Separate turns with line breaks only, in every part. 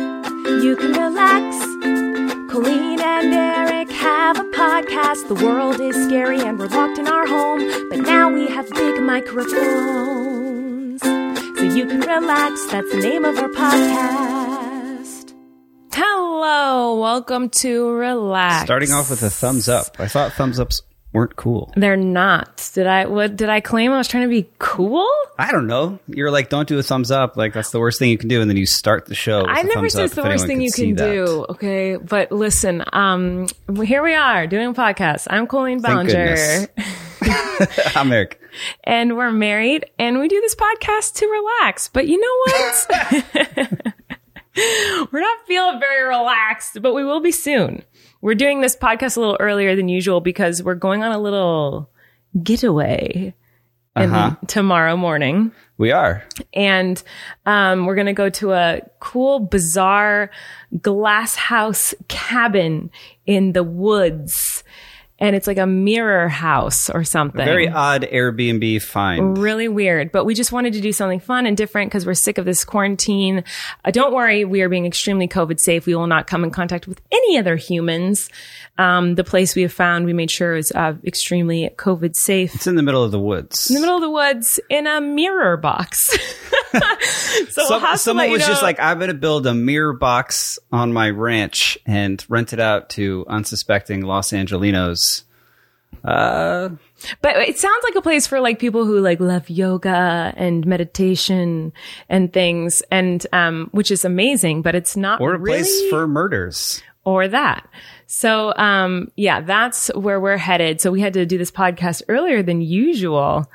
You can relax. Colleen and Eric have a podcast. The world is scary and we're locked in our home, but now we have big microphones. So you can relax. That's the name of our podcast. Hello, welcome to Relax.
Starting off with a thumbs up. I thought thumbs ups weren't cool.
They're not. Did I what did I claim I was trying to be cool?
I don't know. You're like, don't do a thumbs up. Like that's the worst thing you can do, and then you start the show. with
I
a
never
thumbs
said
up,
it's the
if
worst
anyone
thing
could
you
see
can
that.
do. Okay, but listen, um, here we are doing a podcast. I'm Colleen
Thank
Ballinger,
I'm Eric.
and we're married, and we do this podcast to relax. But you know what? we're not feeling very relaxed, but we will be soon. We're doing this podcast a little earlier than usual because we're going on a little getaway in-
Uh-huh.
tomorrow morning
We are.
and um, we're going to go to a cool, bizarre glass house cabin in the woods. And it's like a mirror house or something.
Very odd Airbnb find.
Really weird, but we just wanted to do something fun and different because we're sick of this quarantine. Uh, don't worry, we are being extremely COVID safe. We will not come in contact with any other humans. Um, the place we have found, we made sure is uh, extremely COVID safe
It's in the middle of the woods.
middle of the woods in a mirror box. so we'll
Some-
have to
someone
let you
was just
know-
like, I'm going to build a mirror box on my ranch and rent it out to unsuspecting Los Angelinos.
but it sounds like a place for like people who like love yoga and meditation and things, and um, which is amazing. But it's not
Or a
really
place for murders.
or that. So um, yeah, that's where we're headed. So we had to do this podcast earlier than usual.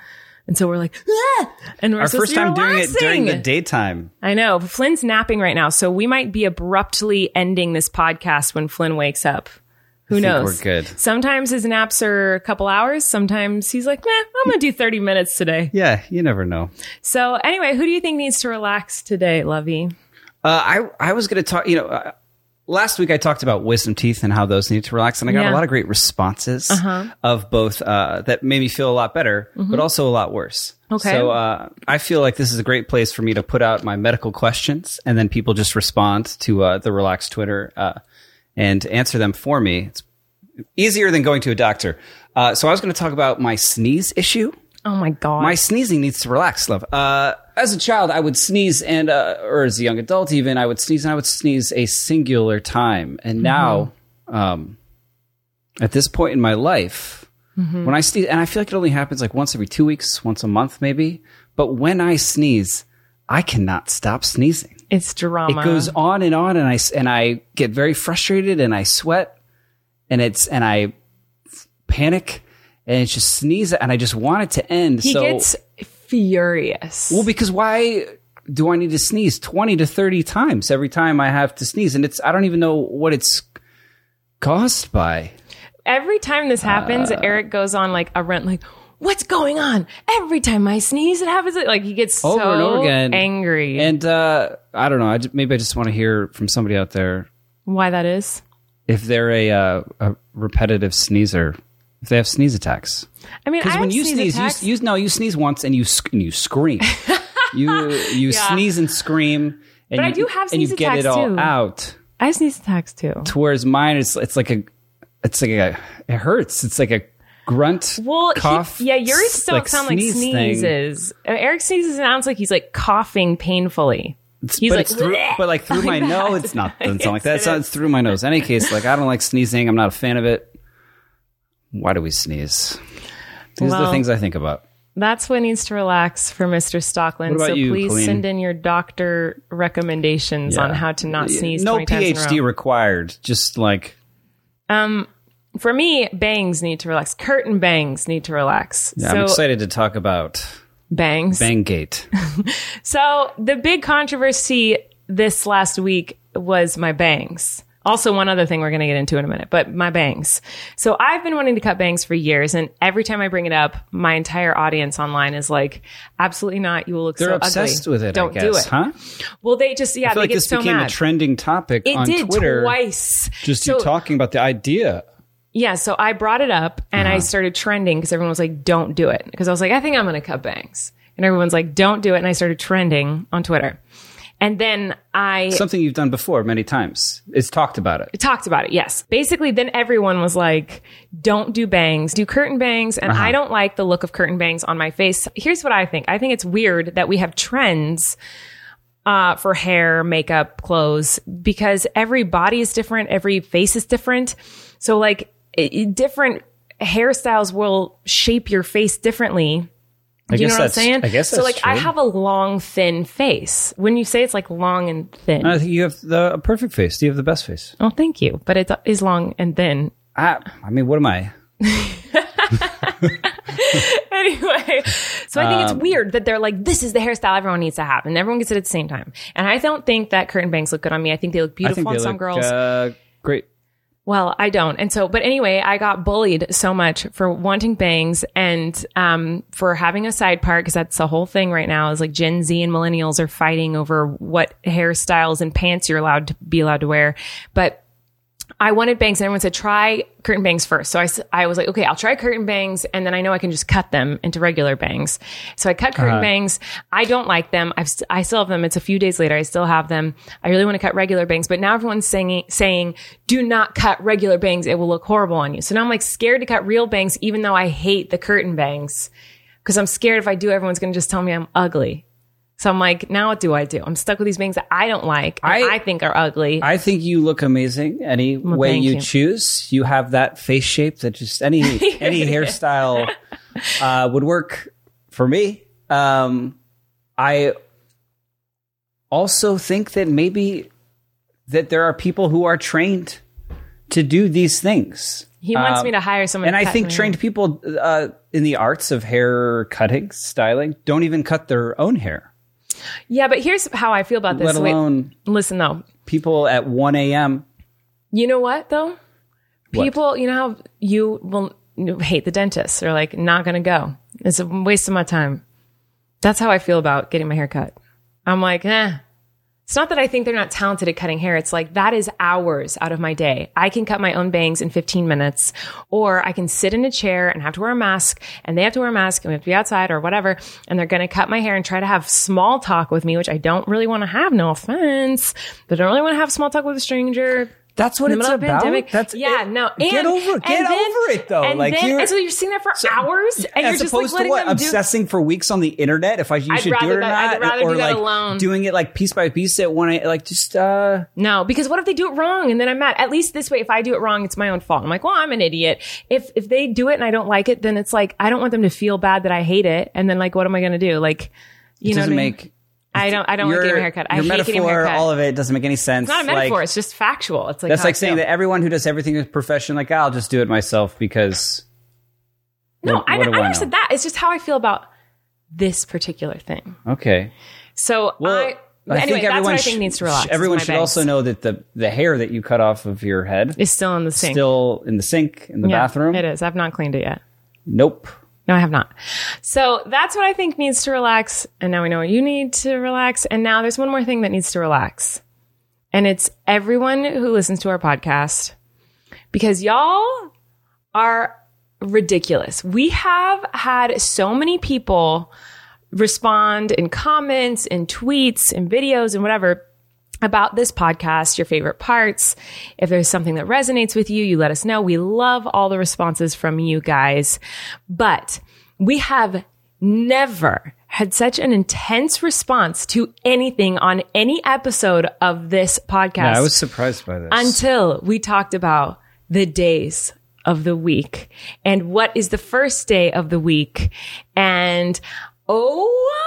And so we're like, "Ah!" and we're
Our
supposed
first
to be
time doing it during the
relaxing.
daytime.
I know. Flynn's napping right now, so we might be abruptly ending this podcast when Flynn wakes up. Who
think
knows?
we're good.
Sometimes his naps are a couple hours. Sometimes he's like, "Meh, I'm gonna do 30 minutes today."
Yeah, you never know.
So anyway, who do you think needs to relax today, Lovey?
Uh, I I was going to talk. You know, uh, last week I talked about wisdom teeth and how those need to relax, and I got
Yeah. Uh-huh.
a lot of great responses of both uh, that made me feel a lot better, but also a lot worse.
Mm-hmm. Okay.
So uh, I feel like this is a great place for me to put out my medical questions, and then people just respond to uh, the relaxed Twitter uh, and answer them for me. It's easier than going to a doctor. Uh, so I was going to talk about my sneeze issue.
Oh my god.
My sneezing needs to relax, love. Uh, as a child, I would sneeze, and uh, or as a young adult, even I would sneeze, and I would sneeze a singular time.
Mm-hmm.
And now, um, at this point in my life,
Mm-hmm.
when I sneeze, and I feel like it only happens like once every two weeks, once a month, maybe. But when I sneeze, I cannot stop sneezing.
it's
It
drama.
goes on and on, and I s- and I get very frustrated, and I sweat, and it's and I panic, and it's just sneeze, and I just want it to end.
he
so
gets furious.
well, because why do I need to sneeze 20 to 30 times every time I have to sneeze? And it's, I don't even know what it's caused by.
Every time this
uh,
happens, Eric goes on like a rant, like, "What's going on?" Every time I sneeze, it happens. Like he gets
Over
so
and over again.
angry.
And, uh, I don't know. I ju- maybe I just want to hear from somebody out there
Why that is?
if they're a, uh, a repetitive sneezer, if they have sneeze attacks.
I mean,
Because
I
when
have
you
sneeze
sneeze,
attacks.
you, you, no, you sneeze once and you, sc- and you scream. you, you sneeze and scream. And
But I
you-
do have
And you
sneeze
get it
attacks,
all
too.
out.
I have sneeze attacks too.
to whereas mine is it's like a it's like a it hurts. It's like a grunt
Well, he-
cough.
yeah, yours
s-
don't sound like
sneeze thing.
sneezes. Uh, Eric sneezes sounds like he's like coughing painfully. he's like,
but
Oh
it's through, but like through my nose. It's not doesn't sound like that. It sounds through my nose. In any case, like I don't like sneezing. I'm not a fan of it. Why do we sneeze? These are
Well,
the things I think about.
That's what needs to relax for Mr. Stockland.
What about
so
you,
please
Colleen?
send in your doctor recommendations on
Yeah.
how to not sneeze.
No
20 times in a
PhD
row.
required. Just like
For me, bangs need to relax. Curtain bangs need to relax.
yeah,
so
I'm excited to talk about
bangs.
Bangate.
So the big controversy this last week was my bangs. Also, one other thing we're going to get into in a minute, but my bangs. So I've been wanting to cut bangs for years, and every time I bring it up, my entire audience online is like, "Absolutely not! You will look
They're
so
obsessed
ugly.
with it.
Don't
I guess,
do it."
huh?
Well, they just yeah,
I
they
feel like
get
this
so
became
mad.
a trending topic
it
on
did
Twitter.
twice.
Just
So-
you talking about the idea
Yeah, so I brought it up and
Uh-huh.
I started trending because everyone was like, don't do it. Because I was like, I think I'm going to cut bangs. And everyone's like, don't do it. And I started trending on Twitter. And then I
Something you've done before many times. It's talked about it.
talked about it. Yes. Basically, then everyone was like, don't do bangs, do curtain bangs. And
Uh-huh.
I don't like the look of curtain bangs on my face. Here's what I think I think it's weird that we have trends uh, for hair, makeup, clothes, because every body is different, every face is different. So, like, i- i- different hairstyles will shape your face differently.
I
You
guess
know what I'm
that's,
saying?
I guess
so.
that's
Like, I
true.
have a long, thin face. When you say it's like long and thin,
I think you have the a perfect face. You have the best face.
oh, thank you. But it is long and thin,
I, I mean, what am I?
anyway, so I think
Um,
it's weird that they're like, this is the hairstyle everyone needs to have, and everyone gets it at the same time. And I don't think that curtain bangs look good on me. I think they look
I
beautiful
think
on
they
some
look
girls.
uh, great.
Well, I don't. And so, but anyway, I got bullied so much for wanting bangs and um, for having a side part because that's the whole thing right now is like Gen Z and millennials are fighting over what hairstyles and pants you're allowed to be allowed to wear. But I wanted bangs and everyone said, try curtain bangs first. So I, s- I was like, okay, I'll try curtain bangs and then I know I can just cut them into regular bangs. So I cut
Uh-huh.
curtain bangs. I don't like them. I've, st- I still have them. It's a few days later. I still have them. I really want to cut regular bangs, but now everyone's saying, saying, do not cut regular bangs. It will look horrible on you. So now I'm like scared to cut real bangs, even though I hate the curtain bangs because I'm scared if I do, everyone's going to just tell me I'm ugly. So I'm like, now what do I do? I'm stuck with these bangs that I don't like. and
I-
I think are ugly.
I think you look amazing any way
thank
you,
you.
choose. You have that face shape that just any any hairstyle uh, would work for me. Um, I also think that maybe that there are people who are trained to do these things.
he wants
Um,
me to hire someone.
and
to
I
cut
think
my hair.
trained people uh, in the arts of hair cutting, styling, don't even cut their own hair,
Yeah, but here's how I feel about this.
let
Wait,
alone
listen though.
people at 1 a.m.
You know what though? People, you know how you will hate the dentist. They're like, not gonna go. It's a waste of my time. That's how I feel about getting my hair cut. I'm like, eh. It's not that I think they're not talented at cutting hair. It's like that is hours out of my day. I can cut my own bangs in 15 minutes, or I can sit in a chair and have to wear a mask, and they have to wear a mask, and we have to be outside or whatever. And they're going to cut my hair and try to have small talk with me, which I don't really want to have. No offense, but I don't really want to have small talk with a stranger.
That's what
In the
it's
middle of a
about.
pandemic.
That's
yeah,
it.
no. And,
get over,
and
get
then-
over it though.
And
like
then,
you're,
and so you're sitting there for hours, and you're
as
just like
opposed to
letting
what
them do.
obsessing for weeks on the internet if I you
I'd
should do it
rather
or
that- I'd
not,
rather
or
do that
like
alone.
doing it like piece by piece at one. a- Like just uh,
No, because what if they do it wrong and then I'm mad? At least this way, if I do it wrong, it's my own fault. I'm like, well, I'm an idiot. If if they do it and I don't like it, then it's like I don't want them to feel bad that I hate it. And then like, what am I gonna do? Like, you
it
know,
doesn't
what I mean?
make
I don't. I don't
your,
like getting a haircut. I
your
hate
metaphor,
getting a haircut.
all of it doesn't make any
it's
sense.
not a metaphor.
Like,
it's just factual. It's like oh,
that's
how I
like saying
feel.
that everyone who does everything in a profession, like I'll just do it myself because
No,
What-
I,
what do
I
I
never
know?
said that. It's just how I feel about this particular thing.
okay.
So I. but anyway, that's what I think
sh-
needs to
sh-
relax. is
Everyone
my
should
bangs.
also know that the the hair that you cut off of your head
It's still in the
is
sink.
still in the sink in the
Yeah,
bathroom.
It is. I've not cleaned it yet.
Nope.
No, I have not. So that's what I think needs to relax. And now we know what you need to relax. And now there's one more thing that needs to relax. And it's everyone who listens to our podcast because y'all are ridiculous. We have had so many people respond in comments and tweets and videos and whatever about this podcast, your favorite parts. If there's something that resonates with you, you let us know. We love all the responses from you guys, but we have never had such an intense response to anything on any episode of this podcast
Yeah, I was surprised by this.
until we talked about the days of the week and what is the first day of the week and oh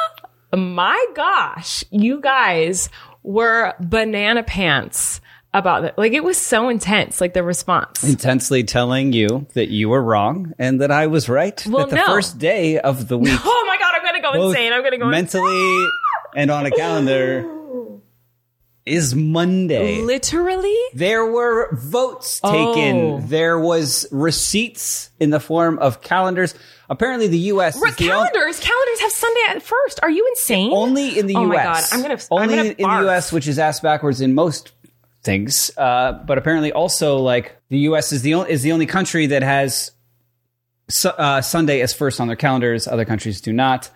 my gosh you guys were banana pants about that like it was so intense like the response
intensely telling you that you were wrong and that I was right.
Well,
that the
no.
first day of the week,
oh my god i'm gonna go
both
insane i'm gonna go
mentally and on a calendar, is Monday.
insane. literally
There were votes taken.
Oh.
There was receipts in the form of calendars. Apparently, the U.S.
But
is the only-
calendars calendars have sunday at first are you insane
only in the
Oh
U.S.
my God, I'm gonna- I'm
only
gonna
in the
barf.
U.S., which is asked backwards in most things. Uh, but apparently, also like the U.S. is the only is the only country that has su- uh, Sunday as first on their calendars. Other countries do not.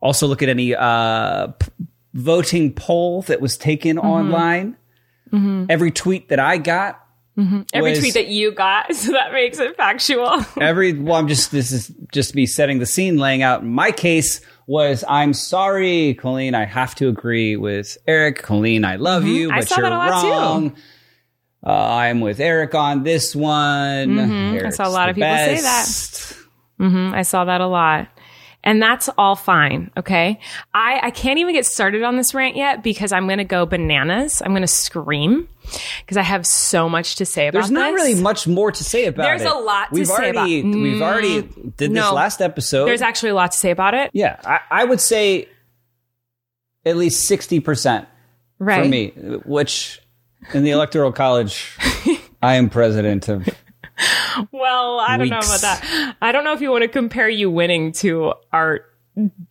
Also, look at any uh, p- voting poll that was taken
Mm-hmm.
online. Every tweet that I got,
Every
was-
tweet that you got, so that makes it factual.
every well, I'm just this is just me setting the scene, laying out my case was I'm sorry, Colleen, I have to agree with Eric. Colleen, I love you,
Mm-hmm. I
but
saw
you're
that a lot, too.
wrong. Uh, I'm with Eric on this one. Eric's
Mm-hmm. saw a lot
the
of people say that.
best.
Mhm, I saw that a lot. And that's all fine, okay? I, I can't even get started on this rant yet because I'm going to go bananas. I'm going to scream because I have so much to say about
There's not
this.
really much more to say about
There's
it.
a lot to
we've
say
already,
about- Mm,
We've already did this
no.
last episode.
There's actually a lot to say about it.
yeah, I, I would say at least 60%
right.
for me, which in the Electoral College, I am president of.
Well, I don't know
Weeks.
about that. I don't know if you want to compare you winning to our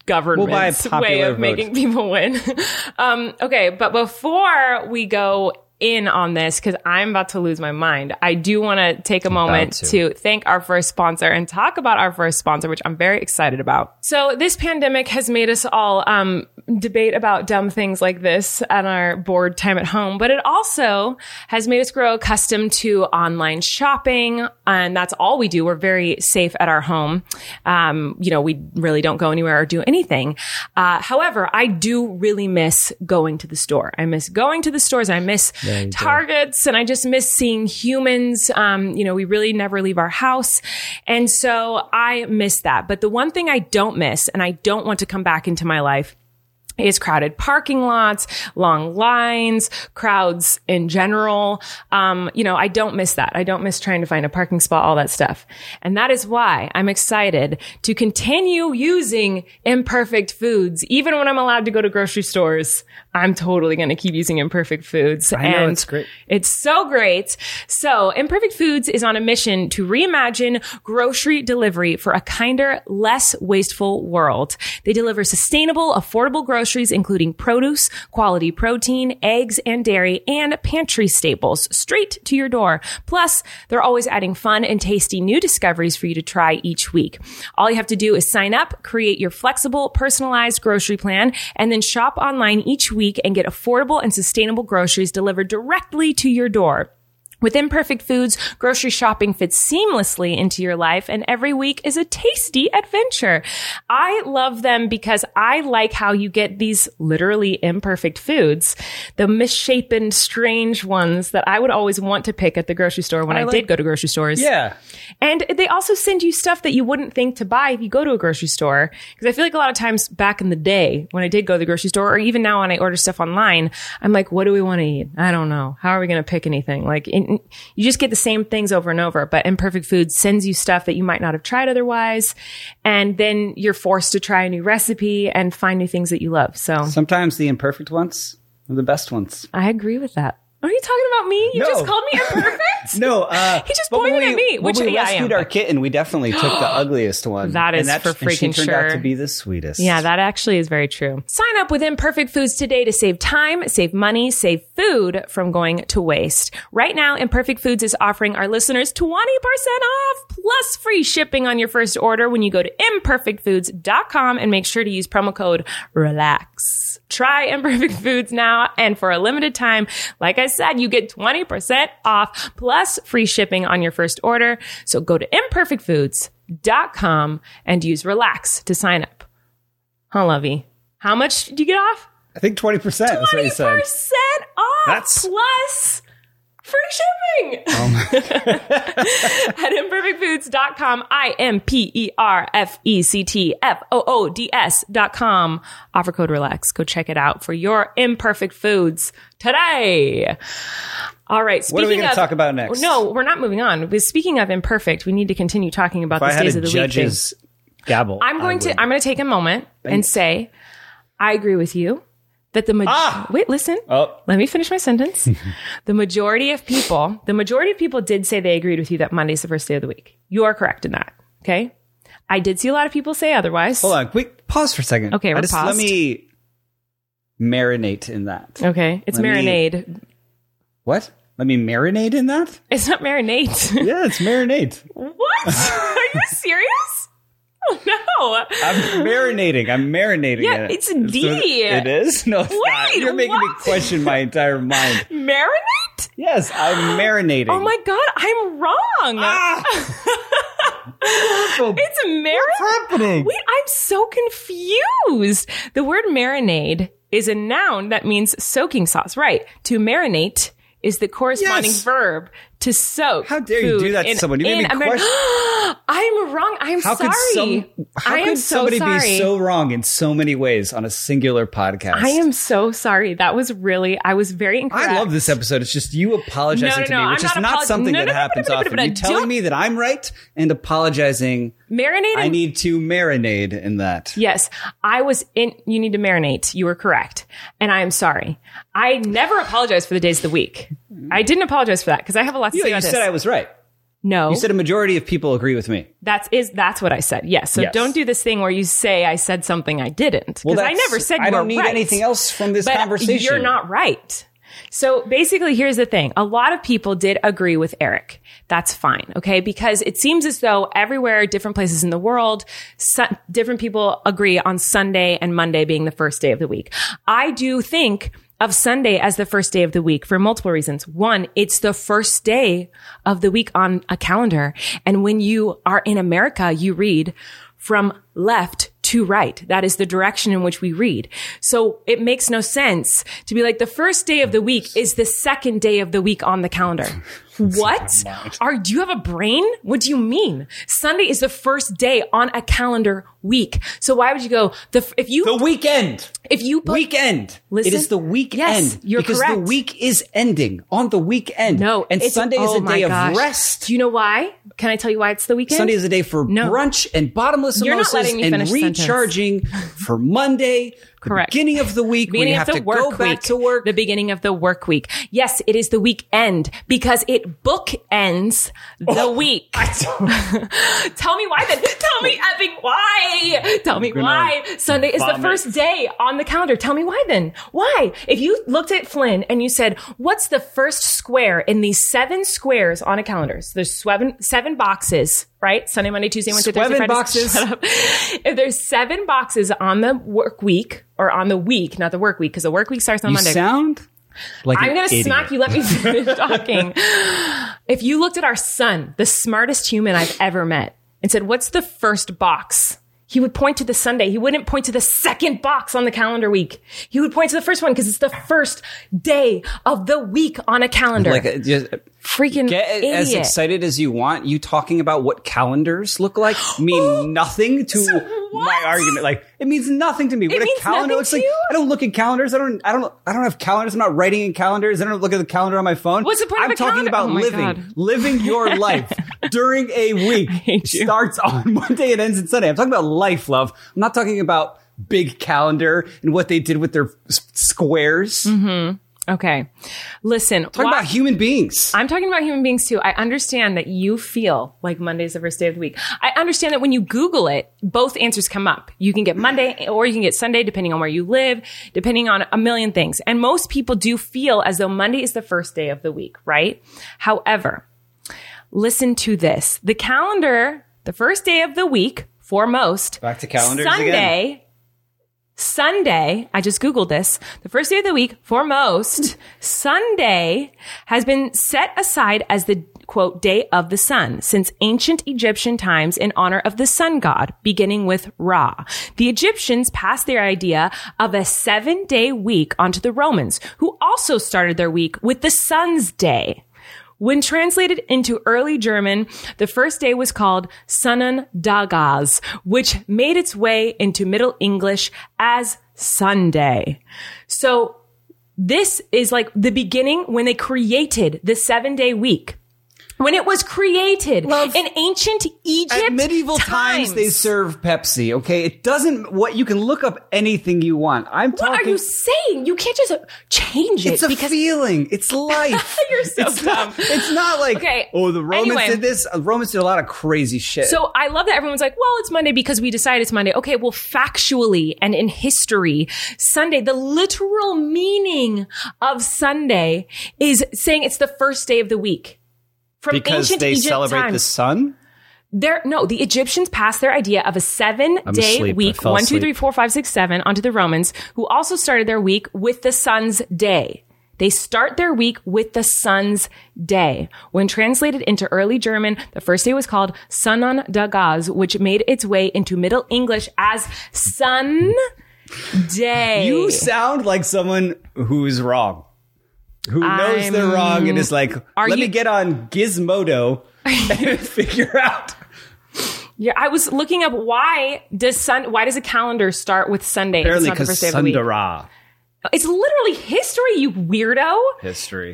government's
popular
way of
vote.
making people win. um, okay, but before we go in on this, because I'm about to lose my mind, I do want to take a moment
to.
to thank our first sponsor and talk about our first sponsor, which I'm very excited about. So this pandemic has made us all um, debate about dumb things like this on our bored time at home, but it also has made us grow accustomed to online shopping, and that's all we do. We're very safe at our home. Um, you know, we really don't go anywhere or do anything. Uh, however, I do really miss going to the store. I miss going to the stores. I miss Targets, and I just miss seeing humans. Um, you know, we really never leave our house. And so I miss that. But the one thing I don't miss and I don't want to come back into my life is crowded parking lots, long lines, crowds in general. Um, you know, I don't miss that. I don't miss trying to find a parking spot, all that stuff. And that is why I'm excited to continue using imperfect foods. Even when I'm allowed to go to grocery stores, I'm totally going to keep using imperfect foods. I
know, it's great.
it's so great. So, Imperfect Foods is on a mission to reimagine grocery delivery for a kinder, less wasteful world. They deliver sustainable, affordable groceries, including produce, quality protein, eggs and dairy, and pantry staples straight to your door. Plus, they're always adding fun and tasty new discoveries for you to try each week. All you have to do is sign up, create your flexible, personalized grocery plan, and then shop online each week and get affordable and sustainable groceries delivered directly to your door. With Imperfect Foods, grocery shopping fits seamlessly into your life, and every week is a tasty adventure. I love them because I like how you get these literally imperfect foods, the misshapen, strange ones that I would always want to pick at the grocery store when I, did go to grocery stores.
Yeah.
And they also send you stuff that you wouldn't think to buy if you go to a grocery store. Because I feel like a lot of times back in the day when I did go to the grocery store, or even now when I order stuff online, I'm like, what do we want to eat? I don't know. How are we going to pick anything? Like, in, you just get the same things over and over. But Imperfect Foods sends you stuff that you might not have tried otherwise. And then you're forced to try a new recipe and find new things that you love. So
Sometimes the imperfect ones are the best ones.
I agree with that. Are you talking about me? You
No.
just called me imperfect?
No, uh,
He just
but when
pointed at
we-
me,
when
which-
we
yeah, I
rescued
am,
our kitten, we definitely took the ugliest one.
That is
and
for
and she
freaking
turned out to
sure.
be the sweetest.
Yeah, that actually is very true. Sign up with Imperfect Foods today to save time, save money, save food from going to waste. Right now, Imperfect Foods is offering our listeners 20% off plus free shipping on your first order when you go to imperfectfoods.com and make sure to use promo code RELAX. Try Imperfect Foods now and for a limited time, like I said, you get 20% off plus free shipping on your first order. So go to imperfectfoods.com and use relax to sign up. Huh, Lovey? How much do you get off?
I think 20%, is what he said.
percent off
That's- Um.
plus free shipping at imperfectfoods.com. I M P E R F E C T F O O D S.com. Offer code relax. Go check it out for your imperfect foods today. All right. Speaking
What are we gonna
of,
talk about next?
No, we're not moving on. But Speaking of imperfect, we need to continue talking about
If I
the
had
days
a
of the week. thing.
judge's gavel,
I'm going
I would-
to I'm going to take a moment and say I agree with you that the ma- wait listen
Oh.
let me finish my sentence the majority of people the majority of people did say they agreed with you that Monday's the first day of the week you are correct in that okay I did see a lot of people say otherwise
Hold on, quick pause for a second.
Okay,
I
we're
just, Let
paused.
me marinate in that.
okay it's
Let me-
marinade
What? Let me marinate in that?
it's not marinade
Yeah, it's marinate.
what are you serious Oh, no.
I'm marinating. I'm marinating.
Yeah,
in it.
it's D.
it is. No, it's not.
Wait,
You're making me
what?
question my entire mind.
Marinate?
Yes, I'm marinating.
Oh my god, I'm wrong.
Ah! Awful.
It's marinade.
happening?
Wait, I'm so confused. The word marinade is a noun that means soaking sauce, right? To marinate is the corresponding
Yes.
verb to soak.
How dare you do
food
that to
in-
someone? You made
in
me
Ameri- I'm wrong. I'm
How
sorry.
could some? How
I am
could somebody
so sorry.
be so wrong in so many ways on a singular podcast?
I am so sorry. That was really. I was very incorrect.
I love this episode. It's just you apologizing
No, no,
to
no,
me,
I'm
which
not
is not
apolog-
something
No, no,
that
no, no,
happens
no, no, no,
often.
no,
You
no,
telling
don't-
me that I'm right and apologizing.
Marinate.
I
and-
need to marinate in that.
Yes, I was in. You need to marinate. You were correct, and I am sorry. I never apologize for the days of the week. I didn't apologize for that because I have a lot to
Yeah,
say
you
about
said
this.
I was right.
no,
You said a majority of people agree with me.
that's is that's what I said. Yes. So
Yes.
don't do this thing where you say I said something I didn't because I
that's-
never said you
I don't
were
need
right.
anything else from this
but
conversation.
You're not right. So basically, here's the thing. A lot of people did agree with Eric. That's fine. Okay. Because it seems as though everywhere, different places in the world, su- different people agree on Sunday and Monday being the first day of the week. I do think of Sunday as the first day of the week for multiple reasons. One, it's the first day of the week on a calendar. And when you are in America, you read from left to right. That is the direction in which we read. So it makes no sense to be like the first day of the week is the second day of the week on the calendar. what? Are do you have a brain? What do you mean? Sunday is the first day on a calendar week. So why would you go the f- if you
The weekend.
if you put,
weekend.
Listen-
it is the weekend.
Yes, you're
because the
correct.
week is ending on the weekend.
no
and
it's-
Sunday is
oh
a
my
day
gosh.
of rest.
Do you know why? Can I tell you why it's the weekend?
Sunday is a day for
No.
brunch and bottomless
You're not
mimosas
letting me
and
finish the sentence.
recharging for Monday, the
Correct.
beginning of the week when
beginning
you
of
have
the
to
work
go
week,
back to work.
The beginning of the work week. Yes, it is the weekend because it bookends the
Oh,
week. Tell me why then. Tell me epic why. Tell me
gonna
why. Sunday is the
vomit.
first day on the calendar. Tell me why then. Why? If you looked at Flynn and you said, what's the first square in these seven squares on a calendar? So there's seven, seven boxes, right? Sunday, Monday, Tuesday, Wednesday, Thursday,
Seven
Friday.
boxes.
Shut up. If there's seven boxes on the work week or on the week, not the work week, because the work week starts on
you
Monday.
sound like
I'm
an
going to
idiot.
smack you. Let me finish talking. If you looked at our son, the smartest human I've ever met, and said, What's the first box? He would point to the Sunday. He wouldn't point to the second box on the calendar week. He would point to the first one because it's the first day of the week on a calendar.
Like uh, just uh,
Freaking
get
idiot.
as excited as you want. You talking about what calendars look like mean nothing to
what?
my argument. Like it means nothing to me. what
means
a calendar
nothing
looks
to
like.
you?
I don't look at calendars. I don't. I don't. I don't have calendars. I'm not writing in calendars. I don't look at the calendar on my phone.
What's the point of
I'm
a
talking
calendar?
about
Oh my
living,
God.
living your life during a week.
hate you.
Starts on Monday and ends on Sunday. I'm talking about life, love. I'm not talking about big calendar and what they did with their s- squares.
Okay. Listen,
Talking
why-
about human beings.
I'm talking about human beings too. I understand that you feel like Monday's the first day of the week. I understand that when you Google it, both answers come up. You can get Monday or you can get Sunday, depending on where you live, depending on a million things. And most people do feel as though Monday is the first day of the week, right? However, listen to this. The calendar, the first day of the week for most,
Back to calendars again.
Sunday, Sunday, I just Googled this, the first day of the week for most, Sunday has been set aside as the quote, day of the sun since ancient Egyptian times in honor of the sun god, beginning with Ra. The Egyptians passed their idea of a seven day week onto the Romans, who also started their week with the sun's day. When translated into early German, the first day was called Sonnendagas, which made its way into Middle English as Sunday. So this is like the beginning when they created the seven day week. When it was created in ancient Egypt,
At medieval times, they serve Pepsi. Okay, it doesn't. What you can look up anything you want. I'm
What
talking.
are you saying? You can't just change it
it's a
because
feeling. It's life.
You're so
it's not-
dumb.
it's not like
Okay,
oh, the Romans
anyway.
did this. The Romans did a lot of crazy shit.
So I love that everyone's like, well, it's Monday because we decided it's Monday. Okay, well, factually and in history, Sunday, the literal meaning of Sunday is saying it's the first day of the week. From
because
ancient
they
Egypt
celebrate
times.
the sun.
There, no, the Egyptians passed their idea of a seven day
asleep. I
week,
fell
one, two,
asleep.
three, four, five, six, seven, onto the Romans, who also started their week with the sun's day. They start their week with the sun's day. When translated into early German, the first day was called Sunan Dagaz, which made its way into Middle English as Sun Day.
You sound like someone who's wrong, who knows they're wrong and is like,
Are
let me
you-
get on Gizmodo and figure out.
Yeah, I was looking up why does sun why does a calendar start with Sunday? if
Apparently,
it's not the
because
first day of the week.
Sundara
It's literally history, you weirdo.
history,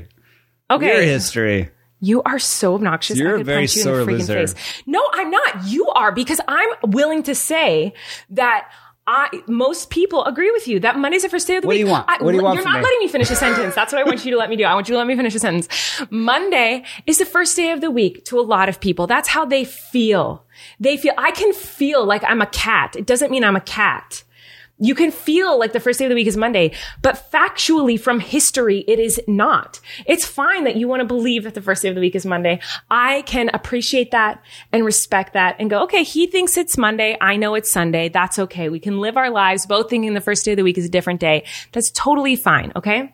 your
Okay,
history.
you are so obnoxious.
You're
I
a
could
very
punch you in the
sore
freaking
loser.
face. No, I'm not. You are because I'm willing to say that. I, most people agree with you that Monday's the first day of the
What do
week.
you want?
I-
What do you want
You're
from
not
me?
letting me finish a sentence. That's what I want you to let me do. I want you to let me finish a sentence. Monday is the first day of the week to a lot of people. That's how they feel. They feel, I can feel like I'm a cat. It doesn't mean I'm a cat. You can feel like the first day of the week is Monday, but factually from history, it is not. It's fine that you want to believe that the first day of the week is Monday. I can appreciate that and respect that and go, okay, he thinks it's Monday. I know it's Sunday. That's okay. We can live our lives both thinking the first day of the week is a different day. That's totally fine. Okay.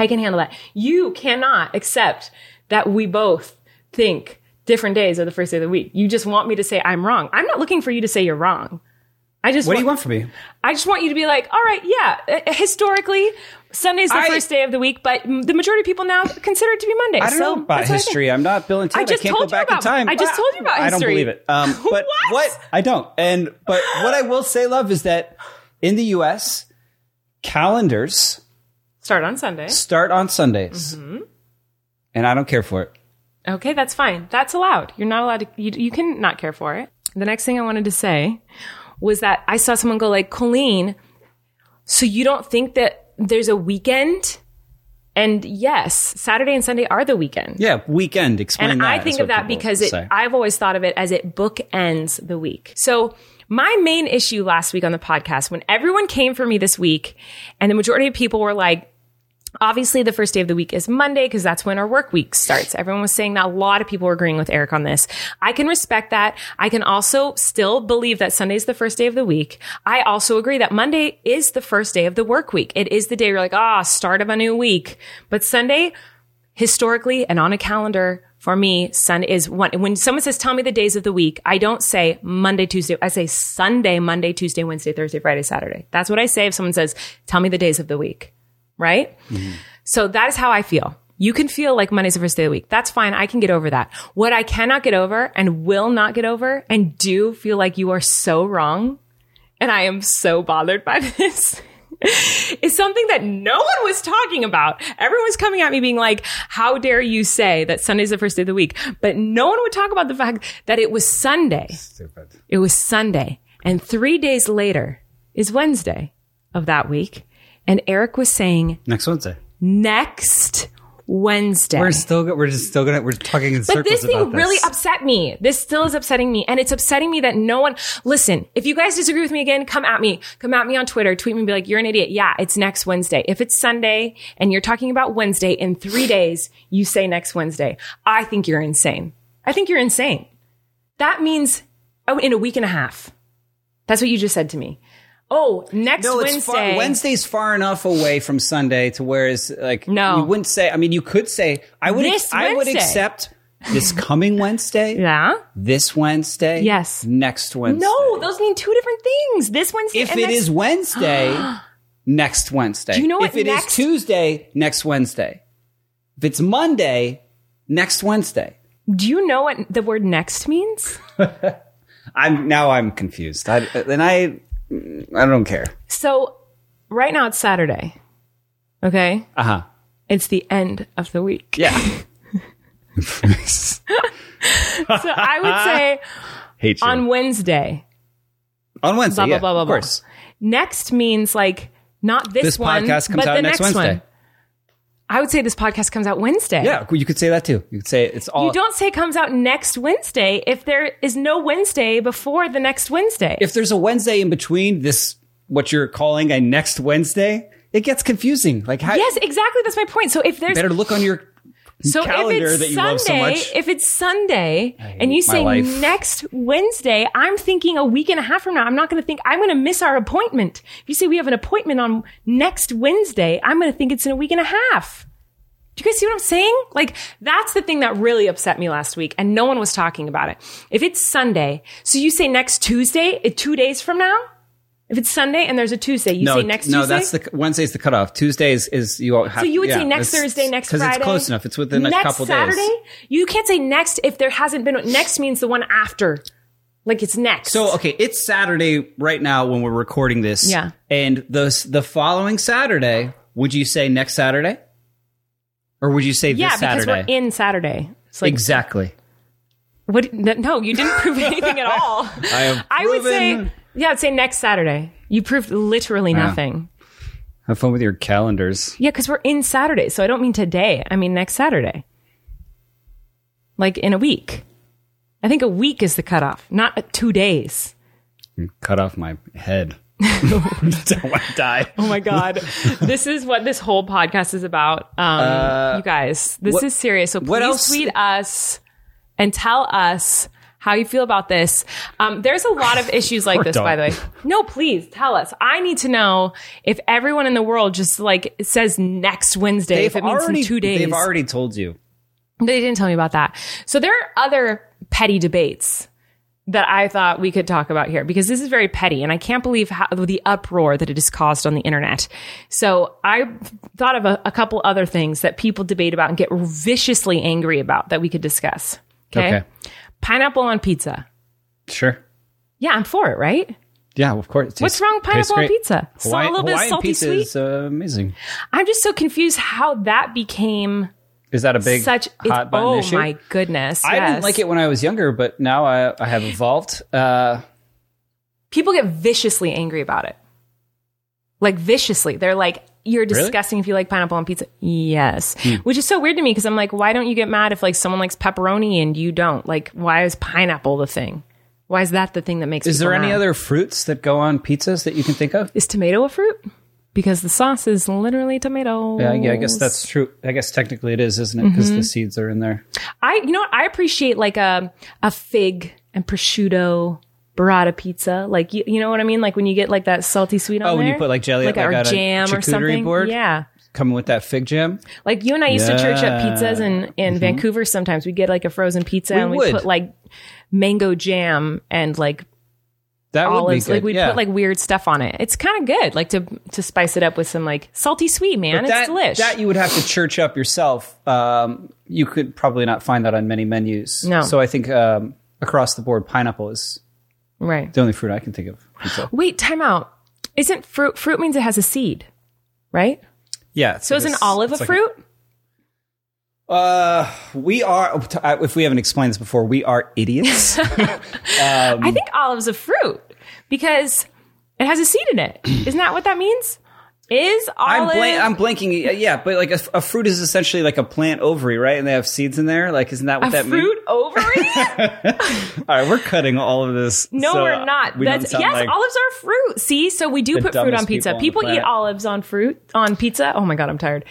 I can handle that. You cannot accept that we both think different days are the first day of the week. You just want me to say I'm wrong. I'm not looking for you to say you're wrong. I just
What do you want from me?
I just want you to be like, all right, yeah, uh, historically, Sunday's the
I-
first day of the week, but m- the majority of people now consider it to be Monday.
I don't
so
know about
that's what I think.
history. I'm not Bill and Ted.
I
I,
just
can't
told you
go back
about-
in time.
I just
Well,
told you about
I don't
history.
believe it. Um, but
What?
I don't. And but what I will say, love, is that in the U.S. calendars
Start on Sunday.
start on Sundays,
Mm-hmm.
and I don't care for it.
Okay, that's fine. That's allowed. You're not allowed to, you, you can not care for it. The next thing I wanted to say was that I saw someone go like, Colleen, so you don't think that there's a weekend? And yes, Saturday and Sunday are the weekend.
Yeah, weekend. Explain
and
that.
I
is
think
what
of that
people
because it,
say.
I've always thought of it as it bookends the week. So my main issue last week on the podcast, when everyone came for me this week, and the majority of people were like, obviously the first day of the week is Monday because that's when our work week starts. Everyone was saying that a lot of people were agreeing with Eric on this. I can respect that. I can also still believe that Sunday is the first day of the week. I also agree that Monday is the first day of the work week. It is the day you're like, ah, start of a new week. But Sunday, historically and on a calendar for me, sun is one. When someone says, tell me the days of the week, I don't say Monday, Tuesday. I say Sunday, Monday, Tuesday, Wednesday, Thursday, Friday, Saturday. That's what I say if someone says, tell me the days of the week, right? So that is how I feel. You can feel like Monday's the first day of the week. That's fine. I can get over that. What I cannot get over and will not get over and do feel like you are so wrong. And I am so bothered by this. is something that no one was talking about. Everyone was coming at me being like, how dare you say that Sunday's the first day of the week? But no one would talk about the fact that it was Sunday.
Stupid.
It was Sunday. And three days later is Wednesday of that week. And Eric was saying
Next Wednesday.
next Wednesday.
We're still go- we're just still gonna we're talking in circles
But this
about
thing
this.
really upset me. This still is upsetting me. And it's upsetting me that no one, listen, if you guys disagree with me again, come at me. Come at me on Twitter, tweet me and be like, you're an idiot. Yeah, it's next Wednesday. If it's Sunday and you're talking about Wednesday in three days, you say next Wednesday. I think you're insane. I think you're insane. That means oh, in a week and a half. That's what you just said to me. Oh, next
No,
Wednesday.
it's far, Wednesday's far enough away from Sunday to where it's like
No.
you wouldn't say. I mean, you could say I would.
This
I would
Wednesday.
accept this coming Wednesday.
Yeah.
This Wednesday.
Yes.
Next Wednesday.
No, those mean two different things. This Wednesday
If
and
it is
next
Wednesday, next Wednesday.
Do you know what
If it is
next-
Tuesday, next Wednesday. If it's Monday, next Wednesday.
Do you know what the word next means?
I'm now. I'm confused. I, and I. I don't care.
So, right now it's Saturday. Okay?
Uh huh.
It's the end of the week.
Yeah.
So, I would say
Hate you.
on Wednesday.
On Wednesday.
Blah, blah,
yeah,
blah, blah,
of
blah.
course.
Next means like not this,
This
one,
podcast comes
but
out
the
next
next,
Wednesday.
one. I would say this podcast comes out Wednesday.
Yeah, well, you could say that too. You could say it's all.
You don't say comes out next Wednesday if there is no Wednesday before the next Wednesday.
if there's a Wednesday in between this, what you're calling a next Wednesday, it gets confusing. Like, how,
yes, exactly. That's my point. So if there's
better look on your
So if
calendar
it's
that you
Sunday,
love so much.
if it's Sunday and you
my
say
life.
next Wednesday, I'm thinking a week and a half from now, I'm not going to think I'm going to miss our appointment. If you say we have an appointment on next Wednesday, I'm going to think it's in a week and a half. Do you guys see what I'm saying? Like, that's the thing that really upset me last week, and no one was talking about it. If it's Sunday, so you say next Tuesday, eh, two days from now? If it's Sunday and there's a Tuesday, you
no,
say next
no,
Tuesday?
that's the Wednesday's the cutoff. Tuesdays is you all have.
So you would
yeah,
say next
it's-
Thursday, next Friday,
because it's close enough. It's within
next
a couple
Saturday?
days.
You can't say next if there hasn't been. Next means the one after, like it's next.
So uh, okay, it's Saturday right now when we're recording this.
Yeah.
And those the following Saturday, would you say next Saturday, or would you say
yeah,
this
because
Saturday?
we're in Saturday. It's like
exactly.
what? No, you didn't prove anything at all.
I have.
I would say
proven-
yeah, I'd say next Saturday. You proved literally nothing.
Have fun with your calendars.
Yeah, because we're in Saturday, so I don't mean today. I mean next Saturday, like in a week. I think a week is the cutoff, not uh, two days.
Cut off my head. Don't want to die.
Oh my god, this is what this whole podcast is about. Um, you guys, this
Uh, what-
is serious. So
what
please
else-
tweet us and tell us how you feel about this. Um, there's a lot of issues like
Or
this, by the way.
don't.
No, please tell us. I need to know if everyone in the world just like says next Wednesday if it means in two days.
They've already told you.
They didn't tell me about that. So there are other petty debates that I thought we could talk about here because this is very petty and I can't believe how, the uproar that it has caused on the internet. So I thought of a, a couple other things that people debate about and get viciously angry about that we could discuss. Okay.
Okay.
Pineapple on pizza.
Sure.
Yeah, I'm for it, right?
Yeah, of course. It
What's
tastes-
wrong with
tastes
pineapple on
great.
pizza? It's not a
Hawaiian,
little bit
Hawaiian
salty
pizza
sweet?
is uh, amazing.
I'm just so confused how that became
Is that a big
such
hot button
oh
issue?
my goodness.
I
yes.
didn't like it when I was younger, but now I, I have evolved. Uh,
people get viciously angry about it. Like viciously. They're like, you're disgusting if you like pineapple on pizza. Yes.
Hmm.
Which is so weird to me because I'm like, why don't you get mad if like someone likes pepperoni and you don't? Like, why is pineapple the thing? Why is that the thing that makes
is
people
there any
mad?
other fruits that go on pizzas that you can think of?
Is tomato a fruit? Because the sauce is literally tomato.
Yeah, yeah, I guess that's true. I guess technically it is, isn't it? Because
Mm-hmm.
the seeds are in there.
I you know what I appreciate like a a fig and prosciutto burrata pizza. Like you, you know what I mean? Like when you get like that salty sweet on
Oh, when you
there?
put, like, jelly-
like,
like
or
on a
jam or
charcuterie
something.
board?
Yeah.
Coming with that fig jam.
Like you and I used to church up
Yeah. Mm-hmm.
pizzas in, in Vancouver sometimes. We'd get like a frozen pizza
We
and we'd
would.
put like mango jam and like
That would be
olives.
good.
Like we'd
yeah.
put like weird stuff on it. It's kind of good, like to to spice it up with some like salty sweet, man.
But that,
it's delish.
That you would have to church up yourself. Um, you could probably not find that on many menus.
No.
So I think um, across the board, pineapple is
right.
the only fruit I can think of. Pizza.
Wait, time out. Isn't fruit fruit means it has a seed, right?
Yeah.
So is an olive a fruit?
Uh, we are. If we haven't explained this before, we are idiots. um,
I think olive's a fruit because it has a seed in it. Isn't that what that means? Is
I'm
olive
blan- I'm blanking. uh, Yeah, but like a, a fruit is essentially like a plant ovary, right? And they have seeds in there. Like, isn't that what
a
that
fruit ovary?
means? All right, we're cutting all of this.
No,
so uh,
we're not.
we don't
That's yes,
sound like-
olives are fruit. See, so we do
The
put fruit on
dumbest
pizza.
people on the
People, eat
planet.
olives on fruit on pizza. Oh my god, I'm tired.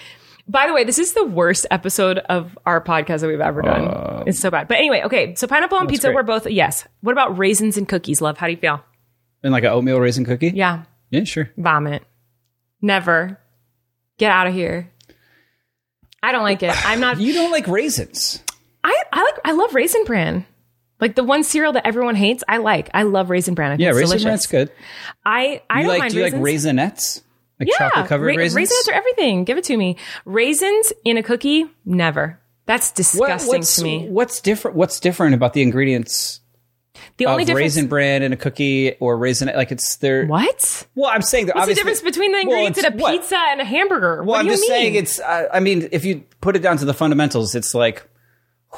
By the way, this is the worst episode of our podcast that we've ever done. it's so bad. But anyway, okay. So pineapple on pizza,
Uh, great.
we're both yes. What about raisins and cookies? Love, how do you feel?
in like an oatmeal raisin cookie.
Yeah,
yeah, sure.
vomit. Never get out of here. I don't like it. I'm not.
You don't like raisins.
I I like. I love raisin bran. Like the one cereal that everyone hates, I like. I love raisin bran. I think
Yeah,
it's
raisin
delicious.
bran's good.
I I
You
don't
like?
mind
Do you like
raisins.
raisinettes? Like chocolate covered
ra-
raisins.
are everything. Give it to me. Raisins in a cookie, never. That's
What-
disgusting
what's,
to me.
What's different? What's different about the ingredients
The only
of
difference.
raisin bran in a cookie or raisin? Like it's there.
what?
Well, I'm saying that
What's the
obviously
difference between the
Well,
ingredients
it's-
in a
what?
pizza and a hamburger?
Well,
what do
I'm
you
just
mean?
saying it's. I I mean, if you put it down to the fundamentals, it's like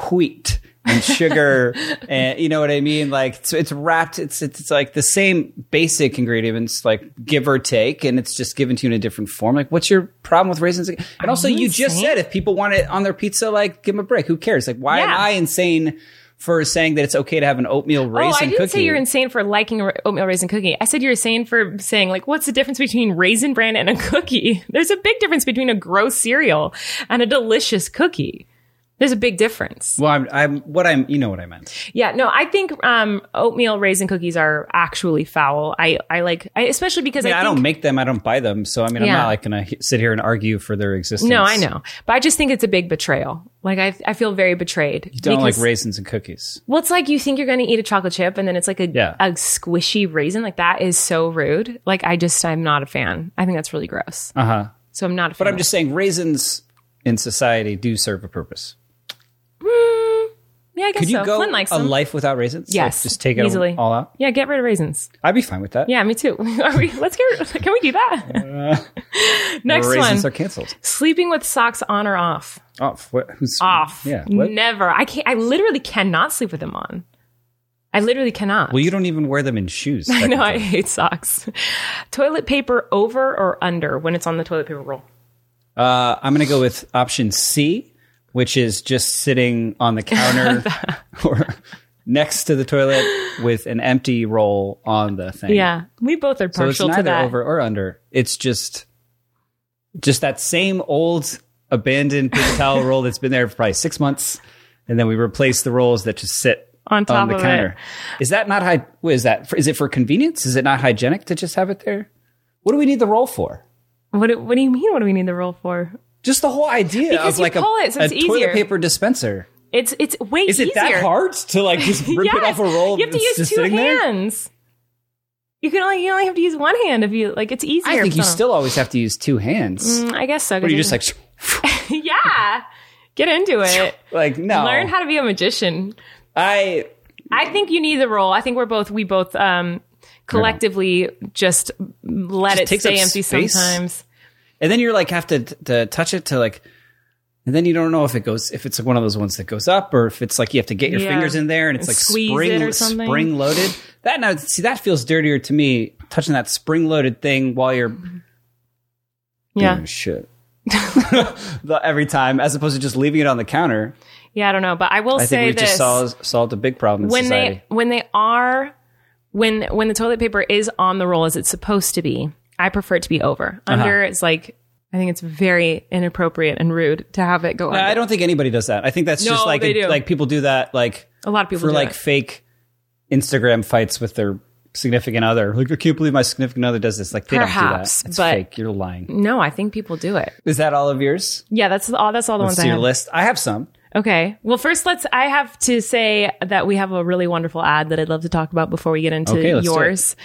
wheat and sugar, and you know what I mean. Like it's, it's wrapped. It's, it's it's like the same basic ingredients, like give or take, and it's just given to you in a different form. Like, what's your problem with raisins? And also, you just said if people want it on their pizza, like give them a break. Who cares? Like, why
Yeah.
am I insane for saying that it's okay to have an oatmeal
Oh,
raisin
I didn't
cookie?
say you're insane for liking a ra- oatmeal raisin cookie. I said you're insane for saying like, what's the difference between raisin bran and a cookie? There's a big difference between a gross cereal and a delicious cookie. There's a big difference.
Well, I'm, I'm what I'm. You know what I meant.
Yeah, no, I think um, oatmeal raisin cookies are actually foul. I, I like, I, especially because
I, mean,
I,
I
think,
don't make them. I don't buy them. So I mean, I'm
Yeah.
not like gonna h- sit here and argue for their existence.
No, I know, but I just think it's a big betrayal. Like I, I feel very betrayed.
You don't
because-
like raisins and cookies.
Well, it's like you think you're going to eat a chocolate chip, and then it's like a,
Yeah.
a squishy raisin. Like that is so rude. Like I just, I'm not a fan. I think that's really gross.
Uh huh.
So I'm not. A fan
Uh-huh. But
of
I'm just saying, raisins in society do serve a purpose.
Yeah, I guess
Could you
so.
go
Flynn likes
a
them.
life without raisins? Like,
yes,
just take it
easily.
all out.
Yeah, get rid of raisins.
I'd be fine with that.
Yeah, me too. Are we, let's get. rid- Can we do that? Next
raisins
one:
are canceled.
sleeping with socks on or off.
Oh,
Off. What, who's
Off.
Yeah. What?
Never. I can't. I literally cannot sleep with them on. I literally cannot.
Well, you don't even wear them in shoes.
I know I hate socks. toilet paper over or under when it's on the toilet paper roll.
Uh, I'm gonna go with option C, which is just sitting on the counter or next to the toilet with an empty roll on the thing.
Yeah, we both
So
are
it's
partial to
neither
that.
over or under. It's just just that same old abandoned paper towel roll that's been there for probably six months, and then we replace the rolls that just sit
On top
the
of it.
counter. Is that not hy- what is that? Is it for convenience? Is it not hygienic to just have it there? What do we need the roll for?
What, do- what do you mean? What do we need the roll for?
Just the whole idea
Because
of
you
like a,
pull it, so
a
it's easier.
toilet paper dispenser.
It's it's way
Is
easier.
it that hard to like just rip it
Yes.
off a roll?
You have to
that's
use
just
two
sitting there?
hands. You can only you only have to use one hand if you like. It's easier.
I think
for
you
them.
still always have to use two hands.
Mm, I guess so.
But you're just like,
yeah, get into it.
like no.
Learn how to be a magician.
I
I think you need the role. I think we're both we both um collectively just let it
takes
stay
up
empty
space.
sometimes.
and then you're like have to to touch it to like and then you don't know if it goes if it's like one of those ones that goes up or if it's like you have to get your
Yeah.
fingers in there and
And
it's like
squeeze
spring
it or something.
spring loaded. That now see that feels dirtier to me touching that spring loaded thing while you're
Yeah.
doing shit. The- Every time, as opposed to just leaving it on the counter,
Yeah, I don't know, but I will
I
say
think we
this.
just solved, solved a big problem in
when
society.
they when they are when when the toilet paper is on the roll as it's supposed to be i prefer it to be over
Uh-huh.
under it's like i think it's very inappropriate and rude to have it go under.
I don't think anybody does that. I think that's
No,
just like
they do.
like people do that like
a lot of people
for
do
like
it.
fake Instagram fights with their significant other. Like I can't believe my significant other does this. Like they
Perhaps,
don't do that. It's
but-
fake. You're lying.
no i think people do it
Is that all of yours?
yeah that's all that's all the
Let's
ones i
do your
have
list. I have some.
okay well first let's i have to say that we have a really wonderful ad that i'd love to talk about before we get into
Okay, let's do it.
yours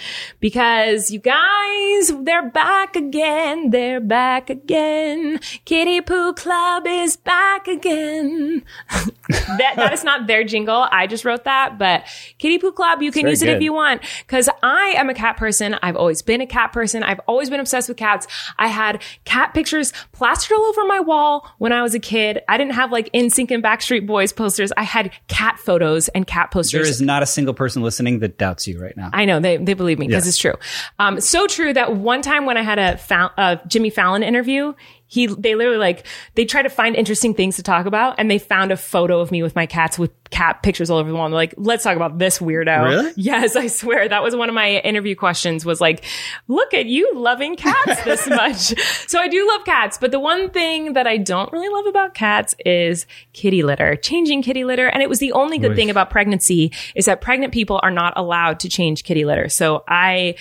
because you guys they're back again they're back again kitty poo club is back again that that is not their jingle. I just wrote that, but Kitty Poo Club, you can
very
use it if
good.
you want. Cause I am a cat person. I've always been a cat person. I've always been obsessed with cats. I had cat pictures plastered all over my wall when I was a kid. I didn't have like NSYNC and Backstreet Boys posters. I had cat photos and cat posters.
There is not a single person listening that doubts you right now.
I know they, they believe me because
Yeah.
it's true. Um, so true that one time when I had a Fal- uh, Jimmy Fallon interview, he they literally like they tried to find interesting things to talk about, and they found a photo of me with my cats with cat pictures all over the wall. And they're like, let's talk about this weirdo.
Really?
Yes, I swear that was one of my interview questions. Was like, look at you loving cats this much. so I do love cats, but the one thing that I don't really love about cats is kitty litter. Changing kitty litter, and it was the only good thing about pregnancy is that pregnant people are not allowed to change kitty litter. So I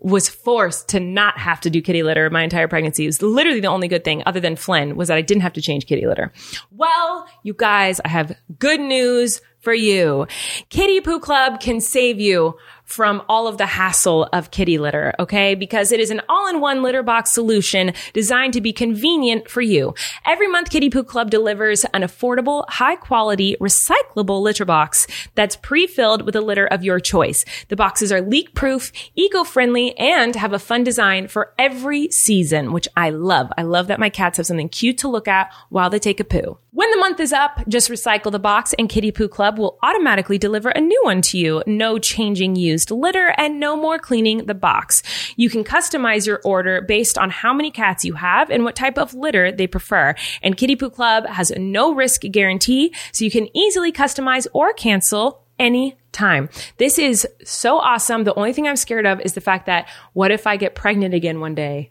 was forced to not have to do kitty litter my entire pregnancy. It was literally the only good thing other than Flynn was that I didn't have to change kitty litter. Well, you guys, I have good news for you. Kitty Poo Club can save you from all of the hassle of kitty litter, okay? Because it is an all-in-one litter box solution designed to be convenient for you. Every month, Kitty Poo Club delivers an affordable, high-quality, recyclable litter box that's pre-filled with a litter of your choice. The boxes are leak-proof, eco-friendly, and have a fun design for every season, which I love. I love that my cats have something cute to look at while they take a poo. When the month is up, just recycle the box and Kitty Poo Club will automatically deliver a new one to you. No changing used litter and no more cleaning the box. You can customize your order based on how many cats you have and what type of litter they prefer. And Kitty Poo Club has a no risk guarantee, so you can easily customize or cancel any time. This is so awesome. The only thing I'm scared of is the fact that what if I get pregnant again one day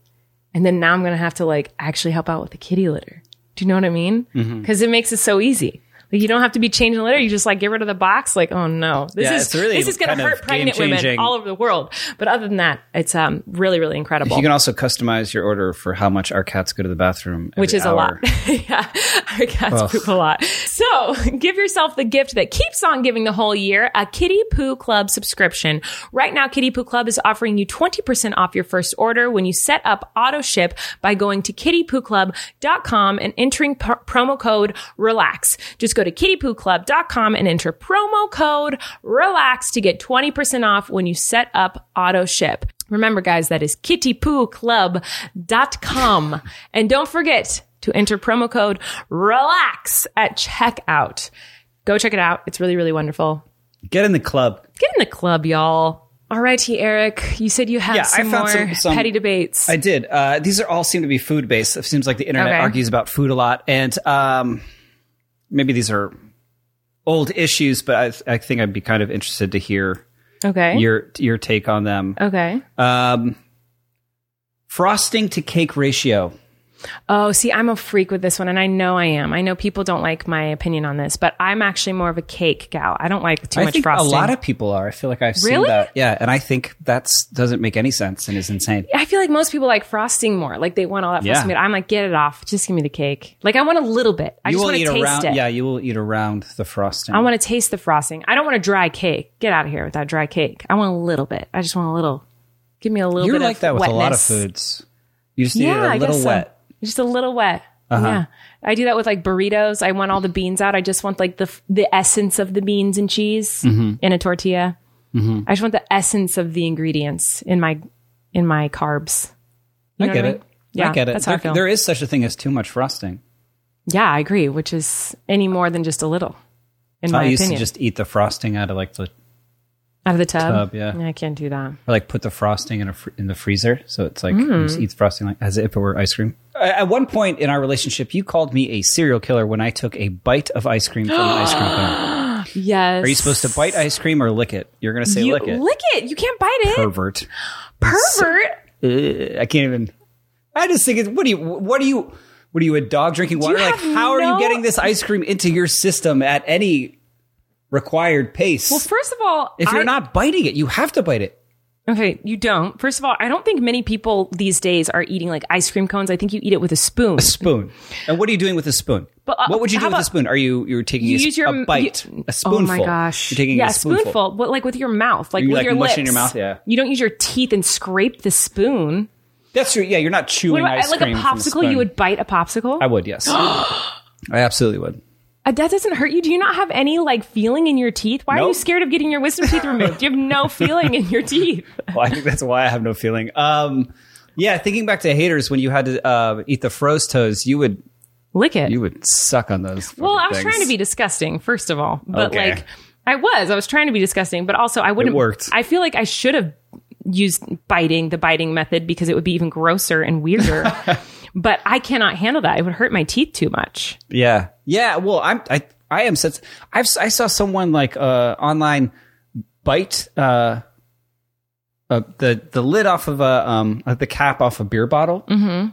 and then
Mm-hmm.
now I'm going to have to like actually help out with the kitty litter. Do you know what I mean? Because it makes it so easy. Like you don't have to be changing the litter. You just like get rid of the box. Like, oh no, this
Yeah,
is
it's really
this is going
kind
to
of
hurt pregnant women
game-changing.
all over the world. But other than that, it's um really really incredible.
You can also customize your order for how much our cats go to the bathroom,
which
every
is
hour.
a lot. yeah, our cats poop a lot. So give yourself the gift that keeps on giving the whole year a Kitty Poo Club subscription. Right now, Kitty Poo Club is offering you 20% off your first order when you set up auto ship by going to kittypooclub.com and entering p- promo code RELAX. Just go to kittypooclub.com and enter promo code RELAX to get 20% off when you set up auto ship. Remember, guys, that is kittypooclub.com. And don't forget to enter promo code RELAX at checkout. Go check it out. It's really, really wonderful.
Get in the club.
Get in the club, y'all. All righty, Eric. You said you have
Yeah, I
some more
found some- some-
petty debates.
I did. Uh, these are all seem to be food based. It seems like the internet
Okay.
argues about food a lot, and um, maybe these are old issues, but I, I think I'd be kind of interested to hear
okay.
your your take on them.
okay.
Um, frosting to cake ratio.
Oh, see, I'm a freak with this one, and I know I am. I know people don't like my opinion on this, but I'm actually more of a cake gal. I don't like too
I
much
think
frosting.
a lot of people are. I feel like I've seen
Really?
that. Yeah, and I think that's doesn't make any sense and is insane.
I feel like most people like frosting more. Like they want all that
Yeah.
frosting. But I'm like, get it off. Just give me the cake. Like I want a little bit. I
you
just
will
want to
eat
taste
around.
it.
Yeah, you will eat around the frosting.
I want to taste the frosting. I don't want a dry cake. Get out of here with that dry cake. I want a little bit. I just want a little. Give me a little
You're
bit
like
of
that with a lot of
wetness.
foods. You just need
Yeah,
it
I
a little
guess so.
wet. Uh-huh.
Just a little wet. Yeah. I do that with like burritos. I want all the beans out. I just want like the f- the essence of the beans and cheese
Mm-hmm.
in a tortilla. I just want the essence of the ingredients in my in my carbs. You know
I get
what
it.
mean? Yeah,
I get it.
That's how I
There-
feel.
there is such a thing as too much frosting.
Yeah, I agree, which is any more than just a little, in my
I used
opinion.
to just eat the frosting out of like the
Out of the tub.
tub, yeah.
I can't do that.
or like put the frosting in a fr- in the freezer, so it's like you
Mm.
just eat the frosting like as if it were ice cream. A- At one point in our relationship, you called me a serial killer when I took a bite of ice cream from an ice cream cone.
Yes.
Are you supposed to bite ice cream or lick it? You're gonna say
You-
lick it,
You can't bite it.
pervert.
Pervert.
Ugh, I can't even. I just think, it's, what do you? What do you? What are you a dog drinking water? Like,
have
how are
no-
you getting this ice cream into your system at any required pace?
Well, first of all,
If you're
I-
not biting it, you have to bite it.
okay, you don't. First of all, I don't think many people these days are eating like ice cream cones. I think you eat it with a spoon.
Spoon. And what are you doing with a spoon?
But, uh,
what would you do
how
with a
about-
spoon? Are you you're taking
You
a,
use your
a bite,
you-
a spoonful?
Oh my gosh!
You're taking
yeah,
a spoonful.
but like with your mouth, like
You,
with
like,
your
mush
lips.
it in your mouth, yeah.
You don't use your teeth and scrape the spoon.
That's true. Yeah, you're not
What
chewing
about-
ice
like
cream
a
from
popsicle,
spoon.
you would bite a popsicle.
I would. Yes, I absolutely would.
Uh, that doesn't hurt you. Do you not have any like feeling in your teeth? Why are you
Nope.
scared of getting your wisdom teeth removed? You have no feeling in your teeth.
Well, I think that's why I have no feeling. Um, yeah, thinking back to haters when you had to uh, eat the froze toes, you would
Lick it.
you would suck on those.
well, I
fucking
was
things.
trying to be disgusting, first of all, but
Okay.
like I was, I was trying to be disgusting, but also I wouldn't.
It worked.
I feel like I should have used biting, the biting method, because it would be even grosser and weirder. but I cannot handle that. It would hurt my teeth too much.
Yeah, yeah. Well, I'm I I am since I've I saw someone like uh online bite uh, uh the the lid off of a um uh, the cap off a beer bottle. Mm-hmm. And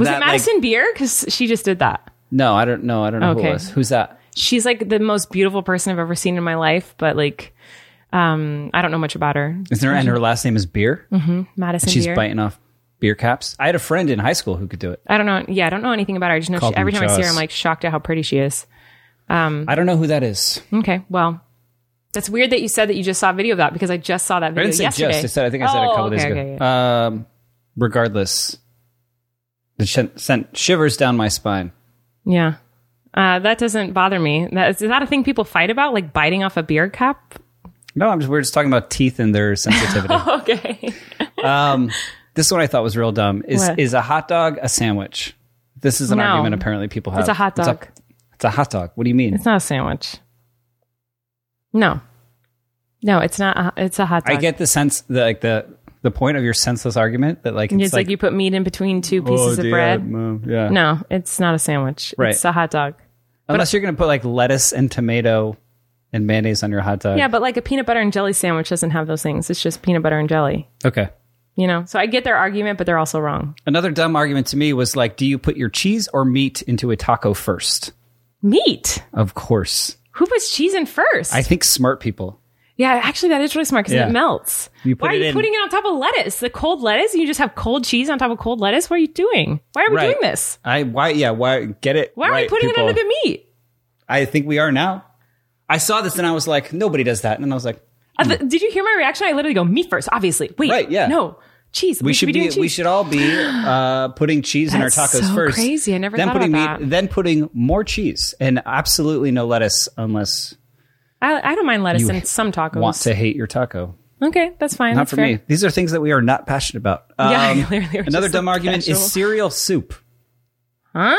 Was
that,
it
like-
Madison Beer? Because she just did that.
no, I don't know. I don't know who
Okay.
it was. Who's that?
she's like the most beautiful person I've ever seen in my life, but like um I don't know much about her.
Is there? And her last name is Beer.
Madison
She's
Mm-hmm. Beer.
biting off beer caps. I had a friend in high school who could do it.
I don't know. Yeah, I don't know anything about her. I just know
Called
she, every
them
time I see her,
Jaws.
I'm like shocked at how pretty she is. Mm.
I don't know who that is.
Okay, well, that's weird that you said that you just saw a video of that because I just saw that
I
video
didn't say
yesterday.
just. I said I think I said it a
Oh,
couple days
okay,
ago.
okay, yeah.
Um, regardless, it sh- sent shivers down my spine.
yeah. Uh, that doesn't bother me. That, is that a thing people fight about, like biting off a beer cap?
No, I'm just, we're just talking about teeth and their sensitivity.
Okay.
um, this one I thought was real dumb. Is
What?
is a hot dog a sandwich? This is an
No.
argument apparently people have.
It's a hot dog.
It's a, it's a hot dog. What do you mean?
It's not a sandwich. No. No, it's not. A, it's a hot dog.
I get the sense that like the the point of your senseless argument that like it's,
It's like, you put meat in between two pieces
oh,
of
dear,
bread.
no, yeah.
No, it's not a sandwich.
Right.
It's a hot dog.
Unless you're gonna put like lettuce and tomato and mayonnaise on your hot dog.
Yeah, but like a peanut butter and jelly sandwich doesn't have those things. It's just peanut butter and jelly.
Okay.
You know? So I get their argument, but they're also wrong.
Another dumb argument to me was like, do you put your cheese or meat into a taco first?
meat.
Of course.
Who puts cheese in first?
I think smart people.
yeah, actually, that is really smart because
Yeah.
it melts.
You
Why
put
are
it
you
in-
putting it on top of lettuce? The cold lettuce? You just have cold cheese on top of cold lettuce? What are you doing? Why are we
Right.
doing this?
I why yeah why get it?
Why are we
right,
putting
people.
it under the meat?
I think we are now. I saw this and I was like, nobody does that. And then I was like,
Uh, th- did you hear my reaction? I literally go meat first, obviously. Wait,
Right, yeah.
no cheese. We,
we,
should be, doing cheese.
we should all be uh, putting cheese in our
That's
tacos
so
first.
crazy. I never
then
thought
putting
about that.
then putting more cheese and absolutely no lettuce unless
I, I don't mind lettuce in some tacos.
want to hate your taco.
Okay, that's fine.
Not
that's
for
fair.
me. These are things that we are not passionate about. Um,
Yeah, clearly we're
another
just so
dumb argument
casual.
is cereal soup.
Huh?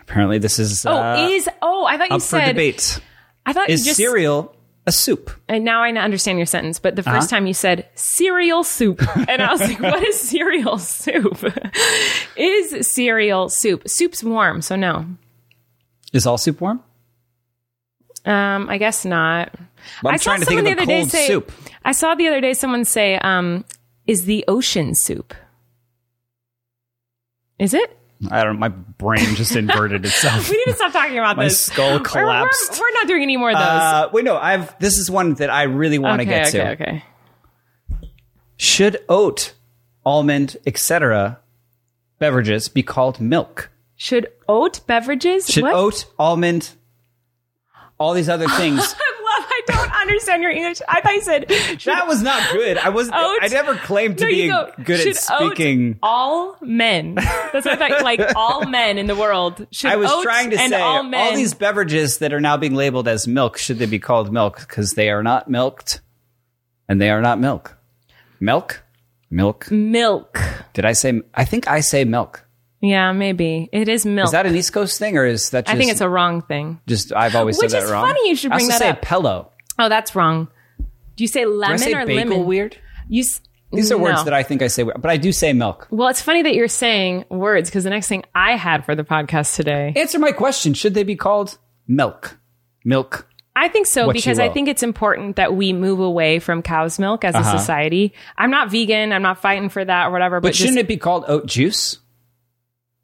Apparently, this is
Oh,
uh,
is oh? I thought you
up for
said.
debate.
I thought
Is
you just.
cereal a soup?
and now I understand your sentence. But the 1st
Uh-huh.
time you said cereal soup, and I was like, "What is cereal soup? is cereal soup? Soup's warm, so no.
Is all soup warm?
Um, I guess not.
But I'm
I saw
trying to think
someone
of a
the other day
cold
say-
soup.
I saw the other day someone say, um, "Is the ocean soup? Is it?
I don't. My brain just inverted itself.
We need to stop talking about
My
this.
skull
We're- we're-
collapsed.
We're, not doing any more of those.
Uh, wait, no. I've. This is one that I really want
okay,
to get
okay,
to.
okay.
Should oat, almond, etc. beverages be called milk?
Should oat beverages?
Should
what?
oat, almond, all these other things?
I love. I don't understand your English. I thought you said should
that was not good. I wasn't.
oat.
I never claimed to
No,
be
you go,
good at
should oat
speaking.
all men. That's what I thought. Like all men in the world. Should
I was
oat
trying to
and
say
all
all,
men.
these beverages that are now being labeled as milk should they be called milk because they are not milked, and they are not milk. Milk, milk.
milk.
Did I say? I think I say milk.
Yeah, maybe it is milk.
Is that an East Coast thing or is that just?
Oh. I think it's a wrong thing.
just I've always
Which
said
is
that wrong.
funny you should
I
bring
also
that
say
up.
Pillow.
Oh, that's wrong. Do you say lemon
Did I say
or
bagel
lemon?
weird?
You s-
These are words
no.
that I think I say, weird, but I do say milk.
Well, it's funny that you're saying words because the next thing I had for the podcast today,
Answer my question: Should they be called milk? Milk.
I think so
What you
because I
will.
think it's important that we move away from cow's milk as a society. I'm not vegan. I'm not fighting for that or whatever. But,
Uh-huh. But shouldn't
just,
it be called oat juice?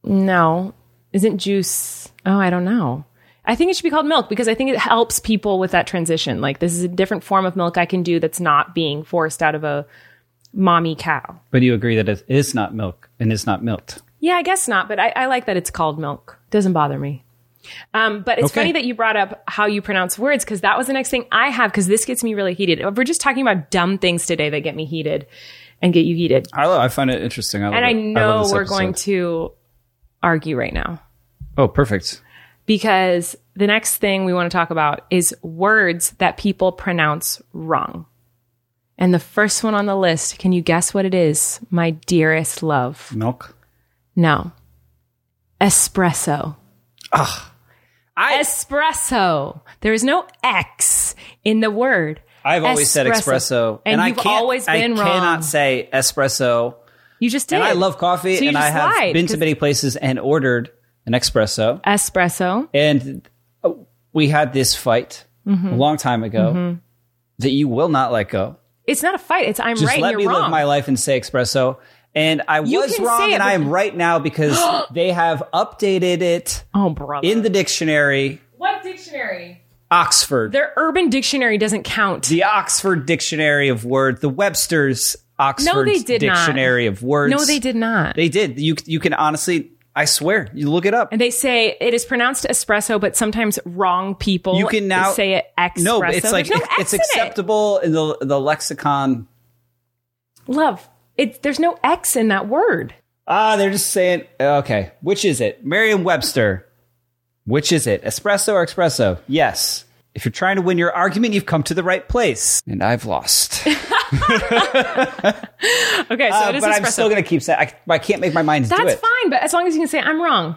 no, isn't juice? Oh, I don't know. I think it should be called milk because I think it helps people with that transition. Like this is a different form of milk I can do that's not being forced out of a mommy cow.
But you agree that it is not milk and is not milked.
Yeah, I guess not, but I, I like that it's called milk. Doesn't bother me. Um, but it's
Okay.
funny that you brought up how you pronounce words because that was the next thing I have because this gets me really heated. We're just talking about dumb things today that get me heated and get you heated.
I love, I find it interesting. I love
And
it.
I
love
know
this
we're
episode.
going to argue right now
Oh, perfect.
because the next thing we want to talk about is words that people pronounce wrong. And the first one on the list, can you guess what it is? My dearest love.
Milk.
No. Espresso.
I-
espresso. There is no X in the word.
I've always said espresso,
And,
I
you've
can't-
always been
I
wrong.
cannot say espresso.
you just did.
And I love coffee,
So you
and I
just
have
lied,
been to
'cause-
many places and ordered an espresso.
Espresso.
And uh, we had this fight
Mm-hmm.
a long time ago that you will not let go.
It's not a fight. It's I'm
Just
right and
let
you're
me
wrong.
live my life and say espresso. And I
You
was
can
wrong,
say it,
and I
but-
am right now because they have updated it
oh, brother.
in the dictionary,
what dictionary?
Oxford,
Their urban dictionary doesn't count.
the Oxford Dictionary of Word, the Webster's Oxford
did not.
Dictionary of Words.
no, they did not.
They did. You you can honestly, I swear, you look it up.
and they say it is pronounced espresso, but sometimes wrong people
you can now
say it espresso.
No, but it's
There's
like
no
it-
X
it's
in it.
acceptable in the the lexicon.
Love. It, there's no X in that word.
Ah, they're just saying okay. Which is it, Merriam-Webster? Which is it, espresso or espresso? Yes. If you're trying to win your argument, you've come to the right place. And I've lost,
Okay, so
Uh,
it is
but
espresso.
I'm still going to keep saying. I, I can't make my mind do
That's
it.
fine, but as long as you can say I'm wrong.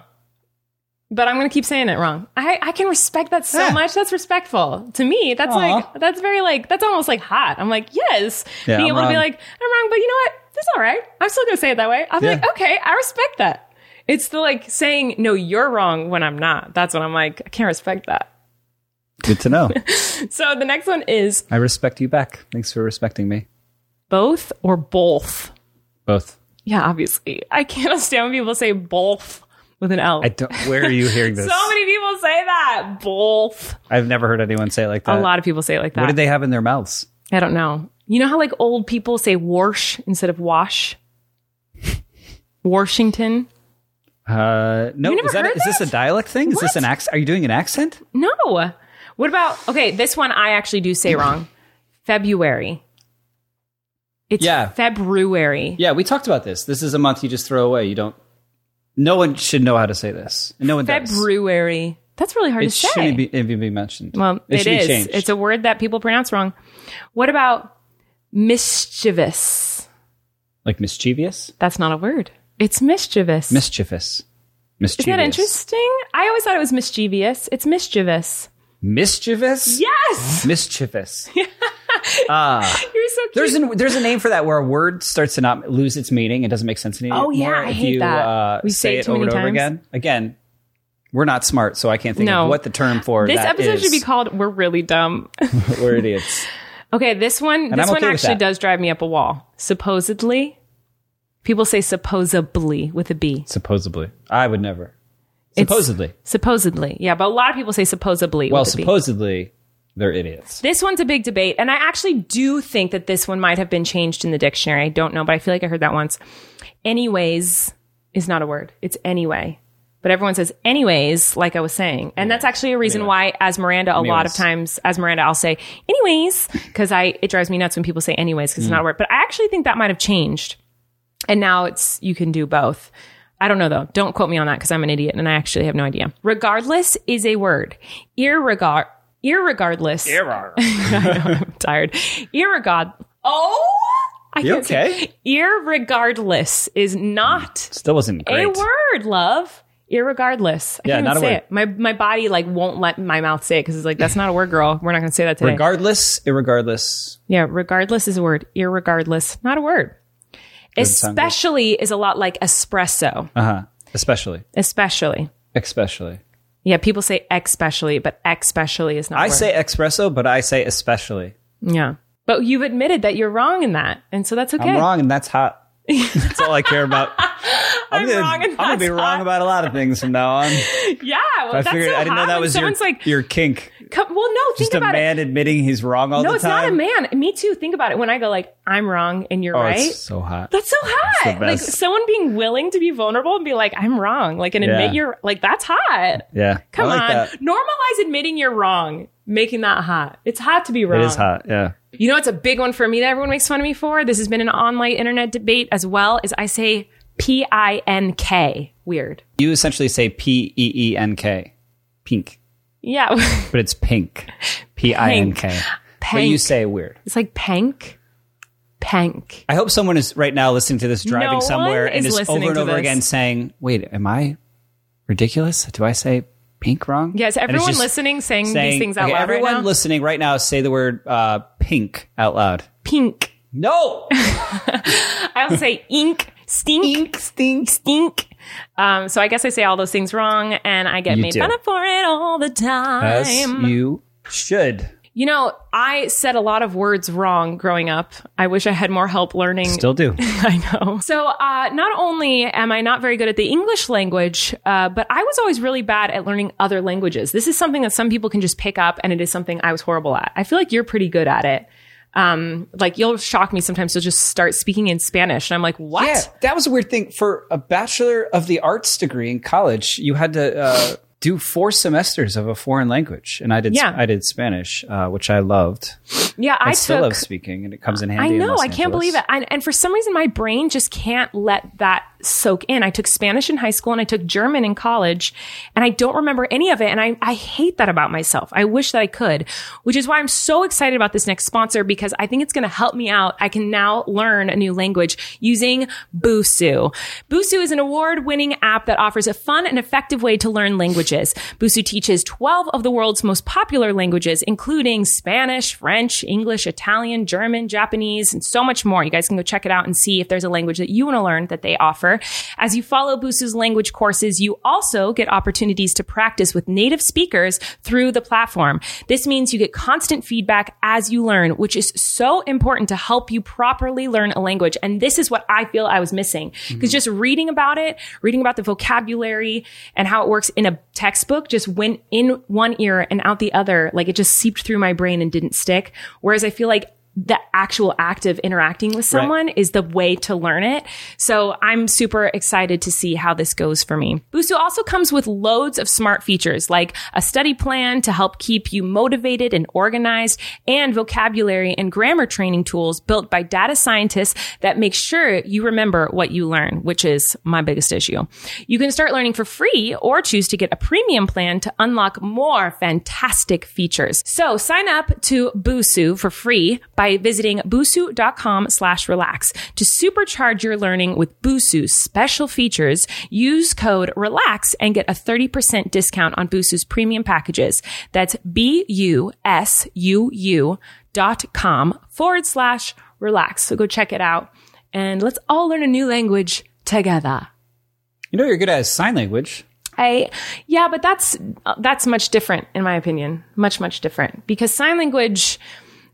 But I'm going to keep saying it wrong. I, I can respect that so
Yeah.
much. That's respectful to me. That's
Aw.
like that's very like that's almost like hot. I'm like yes,
Yeah,
being
I'm
able to be
wrong.
like I'm wrong, but you know what? That's all right. I'm still going to say it that way. I'm
Yeah.
like okay, I respect that. It's the like saying no, you're wrong when I'm not. That's when I'm like I can't respect that.
Good to know.
So the next one is
I respect you back. Thanks for respecting me.
both or both.
Both.
Yeah, obviously I cannot stand when people say both with an L.
I don't. Where are you hearing this?
so many people people say that? Both.
I've never heard anyone say it like that.
A lot of people say it like that.
What did they have in their mouths?
I don't know. You know how like old people say "wash" instead of wash? Washington?
Uh, no,
never
is that
heard
is this a
that?
dialect thing? Is this
What?
an accent? Are you doing an accent?
No. What about okay, this one I actually do say wrong. February. It's
Yeah.
February.
Yeah, we talked about this. This is a month you just throw away. You don't. No one should know how to say this. No one does.
February. That's really hard
It
to say.
shouldn't be, even be mentioned.
well, it
should be
is.
changed.
It's a word that people pronounce wrong. What about mischievous?
like mischievous,
That's not a word. It's mischievous.
mischievous, mischievous.
Isn't that interesting? I always thought it was mischievous. It's mischievous.
Mischievous.
Yes.
Mischievous.
You're so cute.
There's an, there's a name for that where a word starts to not lose its meaning. It doesn't make sense anymore.
Oh, yeah, I
if
hate
you,
that.
Uh,
We
say,
say it
it
too
over
many
and over
times.
again. Again, we're not smart, so I can't think
No.
of what the term for
this
that
episode
is.
should be called "We're Really Dumb."
We're idiots.
okay, this one, this
I'm
one
okay with
actually
that.
does drive me up a wall. Supposedly, people say supposedly with a B.
Supposedly, I would never.
It's-
Supposedly,
Supposedly, yeah, but a lot of people say supposedly.
well,
with a B.
supposedly they're idiots.
This one's a big debate, and I actually do think that this one might have been changed in the dictionary. I don't know, but I feel like I heard that once. Anyways is not a word, it's anyway. But everyone says, anyways, like I was saying. And that's actually a reason why, as Miranda, a lot of
Anyways.
times, as Miranda, I'll say, anyways, because I, it drives me nuts when people say anyways, because it's not a word. But I actually think that might have changed. And now it's, you can do both. I don't know though. Don't quote me on that because I'm an idiot and I actually have no idea. Regardless is a word. Irregard, irregardless. tired. Irregard. Oh, I
You
can't
okay?
say. Irregardless is not
Still wasn't great.
a word, love. Irregardless. I
Yeah,
can't even
not a
say
word.
it. My my body like won't let my mouth say it because it's like that's not a word, girl. We're not going to say that today.
Regardless, irregardless.
yeah, regardless is a word. Irregardless, not a word.
sound good.
Especially is a lot like espresso.
Uh huh. Especially,
Especially.
especially.
Yeah, people say especially, but especially is not. a
I
word.
say espresso, but I say especially.
yeah. But you've admitted that you're wrong in that, and so that's okay.
I'm wrong, and that's hot. that's all I care about. I'm, gonna,
wrong and
I'm gonna be
that's
wrong
hot.
about a lot of things from now on.
Yeah, well,
I
that's
figured
so
I didn't
hot
know that
when
was your,
someone's like,
your kink.
Come, well, no, think
Just a
about
man
it.
admitting he's wrong all
No,
the
it's not a
time.
man. Me too. Think about it. When I go like, I'm wrong and you're
Oh,
right.
it's so hot.
that's so
the
hot. Like
best.
someone being willing to be vulnerable and be like, I'm wrong. Like and admit
Yeah.
you're like that's hot.
yeah.
Come
I like
on.
That.
Normalize admitting you're wrong. Making that hot. It's hot to be wrong.
It is hot. Yeah.
You know it's a big one for me that everyone makes fun of me for? This has been an online internet debate as well, is I say P I N K. Weird.
You essentially say P E E N K, pink,
Yeah.
but it's pink, P I N K. But you
Pink.
say weird.
it's like pank. Pank.
I hope someone is right now listening to this driving
one
somewhere and
is
is
listening
over and
to
over
this.
again saying, "Wait, am I ridiculous? Do I say pink wrong?"
Yes,
And it's
everyone
just
listening saying, these
saying-
things out
okay,
loud
Everyone
right now.
listening right now, say the word uh, pink out loud.
Pink.
No,
I also say ink, stink, ink, stink, stink. Um, so I guess I say all those things wrong, and I get
You
made
do.
fun of for it all the time.
as you should.
you know, I said a lot of words wrong growing up. I wish I had more help learning
Still do.
I know. So, uh, not only am I not very good at the English language, uh, but I was always really bad at learning other languages. This is something that some people can just pick up, and it is something I was horrible at. I feel like you're pretty good at it. Um, like you'll shock me sometimes. You'll just start speaking in Spanish, and I'm like, "What?"
Yeah, that was a weird thing for a bachelor of the arts degree in college. You had to uh, do four semesters of a foreign language, and I did.
Yeah.
I did Spanish, uh, which I loved.
Yeah, I,
I, still
took.
love speaking, and it comes in
I
handy. in
know.
Los
I can't
Angeles.
believe it. And, and for some reason, my brain just can't let that soak in. I took Spanish in high school and I took German in college, and I don't remember any of it. And I, I hate that about myself. I wish that I could, which is why I'm so excited about this next sponsor because I think it's going to help me out. I can now learn a new language using Busu. Busu is an award winning app that offers a fun and effective way to learn languages. Busu teaches 12 of the world's most popular languages, including Spanish, French, English, Italian, German, Japanese, and so much more. You guys can go check it out and see if there's a language that you want to learn that they offer offer. As you follow Busu's language courses, you also get opportunities to practice with native speakers through the platform. This means you get constant feedback as you learn, which is so important to help you properly learn a language. And this is what I feel I was missing because just reading about it, reading about the vocabulary and how it works in a textbook just went in one ear and out the other. Like it just seeped through my brain and didn't stick. Whereas I feel like the actual act of interacting with someone is the way to learn it. So I'm super excited to see how this goes for me. Busu also comes with loads of smart features like a study plan to help keep you motivated and organized and vocabulary and grammar training tools built by data scientists that make sure you remember what you learn, which is my biggest issue. You can start learning for free or choose to get a premium plan to unlock more fantastic features. So sign up to Busu for free by visiting busu.com slash relax. To supercharge your learning with Busu's special features, use code relax and get a 30% discount on Busu's premium packages. That's B-U-S-U-U dot com forward slash relax. So go check it out and let's all learn a new language together.
You know you're good at sign language.
I yeah, but that's that's much different in my opinion. Much much different because sign language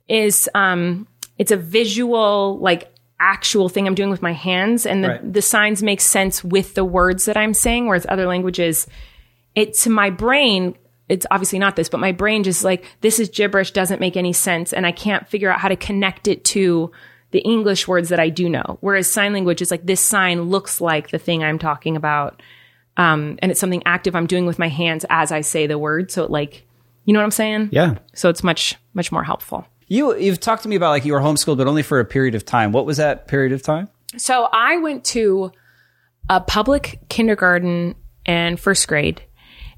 is um it's a visual like actual thing I'm doing with my hands and the,
Right.
the signs make sense with the words that I'm saying whereas other languages it to my brain it's obviously not this but my brain just like this is gibberish doesn't make any sense and I can't figure out how to connect it to the English words that I do know whereas sign language is like this sign looks like the thing I'm talking about um, and it's something active I'm doing with my hands as I say the word. So it like, you know what I'm saying?
Yeah.
So it's much much more helpful.
You you've talked to me about like you were homeschooled, but only for a period of time. What was that period of time?
So I went to a public kindergarten and first grade,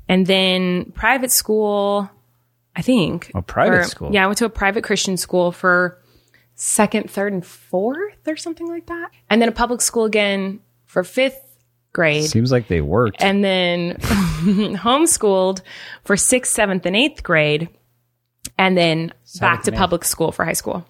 and then private school. I think a
private school.
Yeah, I went to a private Christian school for second, third, and fourth, or something like that, and then a public school again for fifth grade.
Seems like they worked.
and then homeschooled for sixth, seventh, and eighth grade, and then back to public school for high school.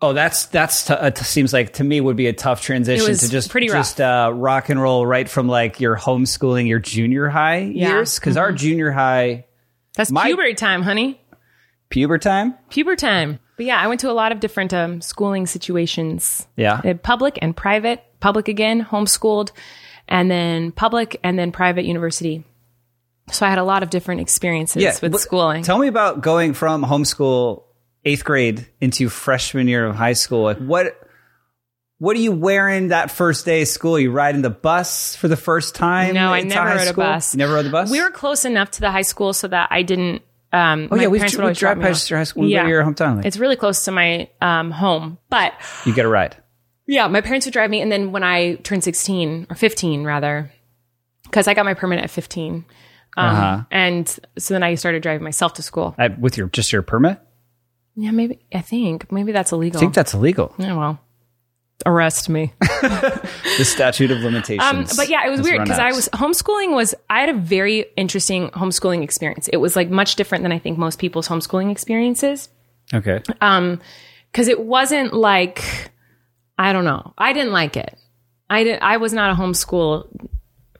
Oh, that's that's t- uh, t- seems like to me would be a tough transition
It was
to just
pretty rough.
just uh, rock and roll right from like your homeschooling your junior high years because
Mm-hmm.
our junior high
That's
My-
puberty time, honey.
puber time
Puber time. But yeah, I went to a lot of different um, schooling situations.
yeah
Uh, public and private. Public again, homeschooled, and then public, and then private university. So I had a lot of different experiences with
wh-
schooling.
Tell me about going from homeschool eighth grade into freshman year of high school. Like what what are you wearing that first day of school? You riding the bus for the first time?
No, I
into
never
high
rode a
school?
bus.
You never rode the bus.
we were close enough to the high school so that I didn't. Um, oh
yeah, we've dr- we've dropped past your high school. We go to your hometown, like-
it's really close to my um, home, but
you get a ride.
Yeah, my parents would drive me, and then when I turned sixteen or fifteen, rather, because I got my permit at fifteen, um,
Uh-huh.
and so then I started driving myself to school.
I, with your just your permit.
Yeah, maybe I think maybe that's illegal.
I think that's illegal.
yeah, well, arrest me.
The statute of limitations.
Um, but yeah, it was
has
weird
run
because
out.
I was homeschooling was I had a very interesting homeschooling experience. It was like much different than I think most people's homeschooling experiences.
okay.
because it wasn't like I don't know. I didn't like it. I didn't. I was not a homeschool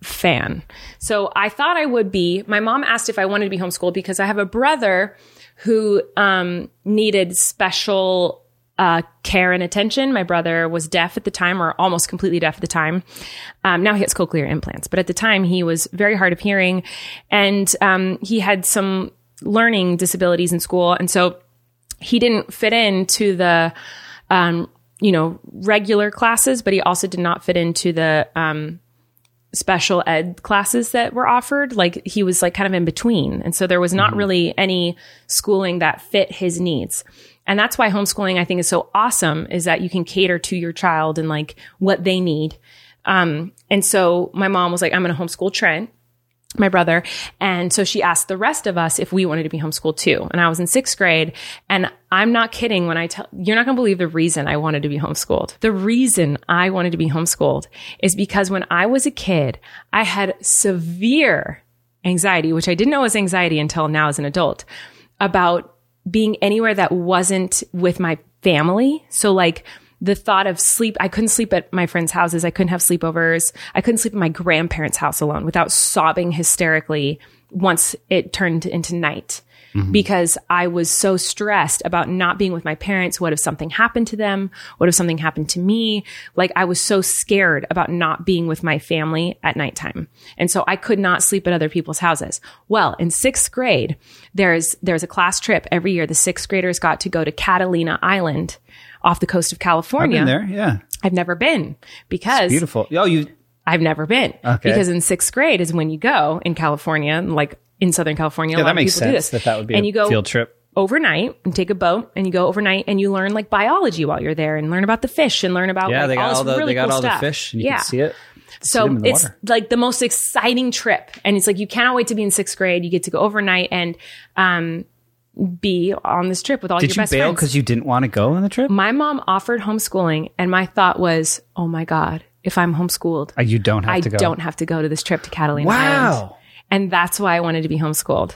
fan, so I thought I would be. My mom asked if I wanted to be homeschooled because I have a brother who um, needed special uh, care and attention. My brother was deaf at the time, or almost completely deaf at the time. Um, now he has cochlear implants, but at the time he was very hard of hearing, and um, he had some learning disabilities in school, and so he didn't fit into the um, you know regular classes but he also did not fit into the um, special ed classes that were offered like he was like kind of in between and so there was not really any schooling that fit his needs and that's why homeschooling i think is so awesome is that you can cater to your child and like what they need um, and so my mom was like i'm going to homeschool trent my brother. And so she asked the rest of us if we wanted to be homeschooled too. And I was in sixth grade. And I'm not kidding when I tell you're not going to believe the reason I wanted to be homeschooled. The reason I wanted to be homeschooled is because when I was a kid, I had severe anxiety, which I didn't know was anxiety until now as an adult about being anywhere that wasn't with my family. So like the thought of sleep. I couldn't sleep at my friends' houses. I couldn't have sleepovers. I couldn't sleep at my grandparents' house alone without sobbing hysterically once it turned into night
Mm-hmm.
because I was so stressed about not being with my parents. What if something happened to them? What if something happened to me? Like I was so scared about not being with my family at nighttime. And so I could not sleep at other people's houses. Well, in sixth grade, there's, there's a class trip every year. The sixth graders got to go to Catalina Island off the coast of California.
in there. Yeah,
I've never been because
beautiful. Oh, you
I've never been.
Okay.
Because in sixth grade is when you go in California, like in Southern California. a
yeah,
lot
that makes
of people do
sense.
this.
That that would be
and
a
you go
field trip.
overnight and take a boat and you go overnight and you learn like biology while you're there and learn about the fish and learn about
Yeah,
like,
they got
all,
all
this
the
really
they got
cool
all
stuff.
the fish, and you
yeah.
can see it.
So
them in the
it's
water.
like the most exciting trip. And it's like, you cannot wait to be in sixth grade. You get to go overnight and, um, be on this trip with all
Did
your
you
best
bail
friends. Mm.
because you didn't want to go on the trip?
My mom offered homeschooling and my thought was, oh my God, if I'm homeschooled,
Uh, You don't have
I
to go.
don't have to go to this trip to Catalina Island.
Wow,
And that's why I wanted to be homeschooled.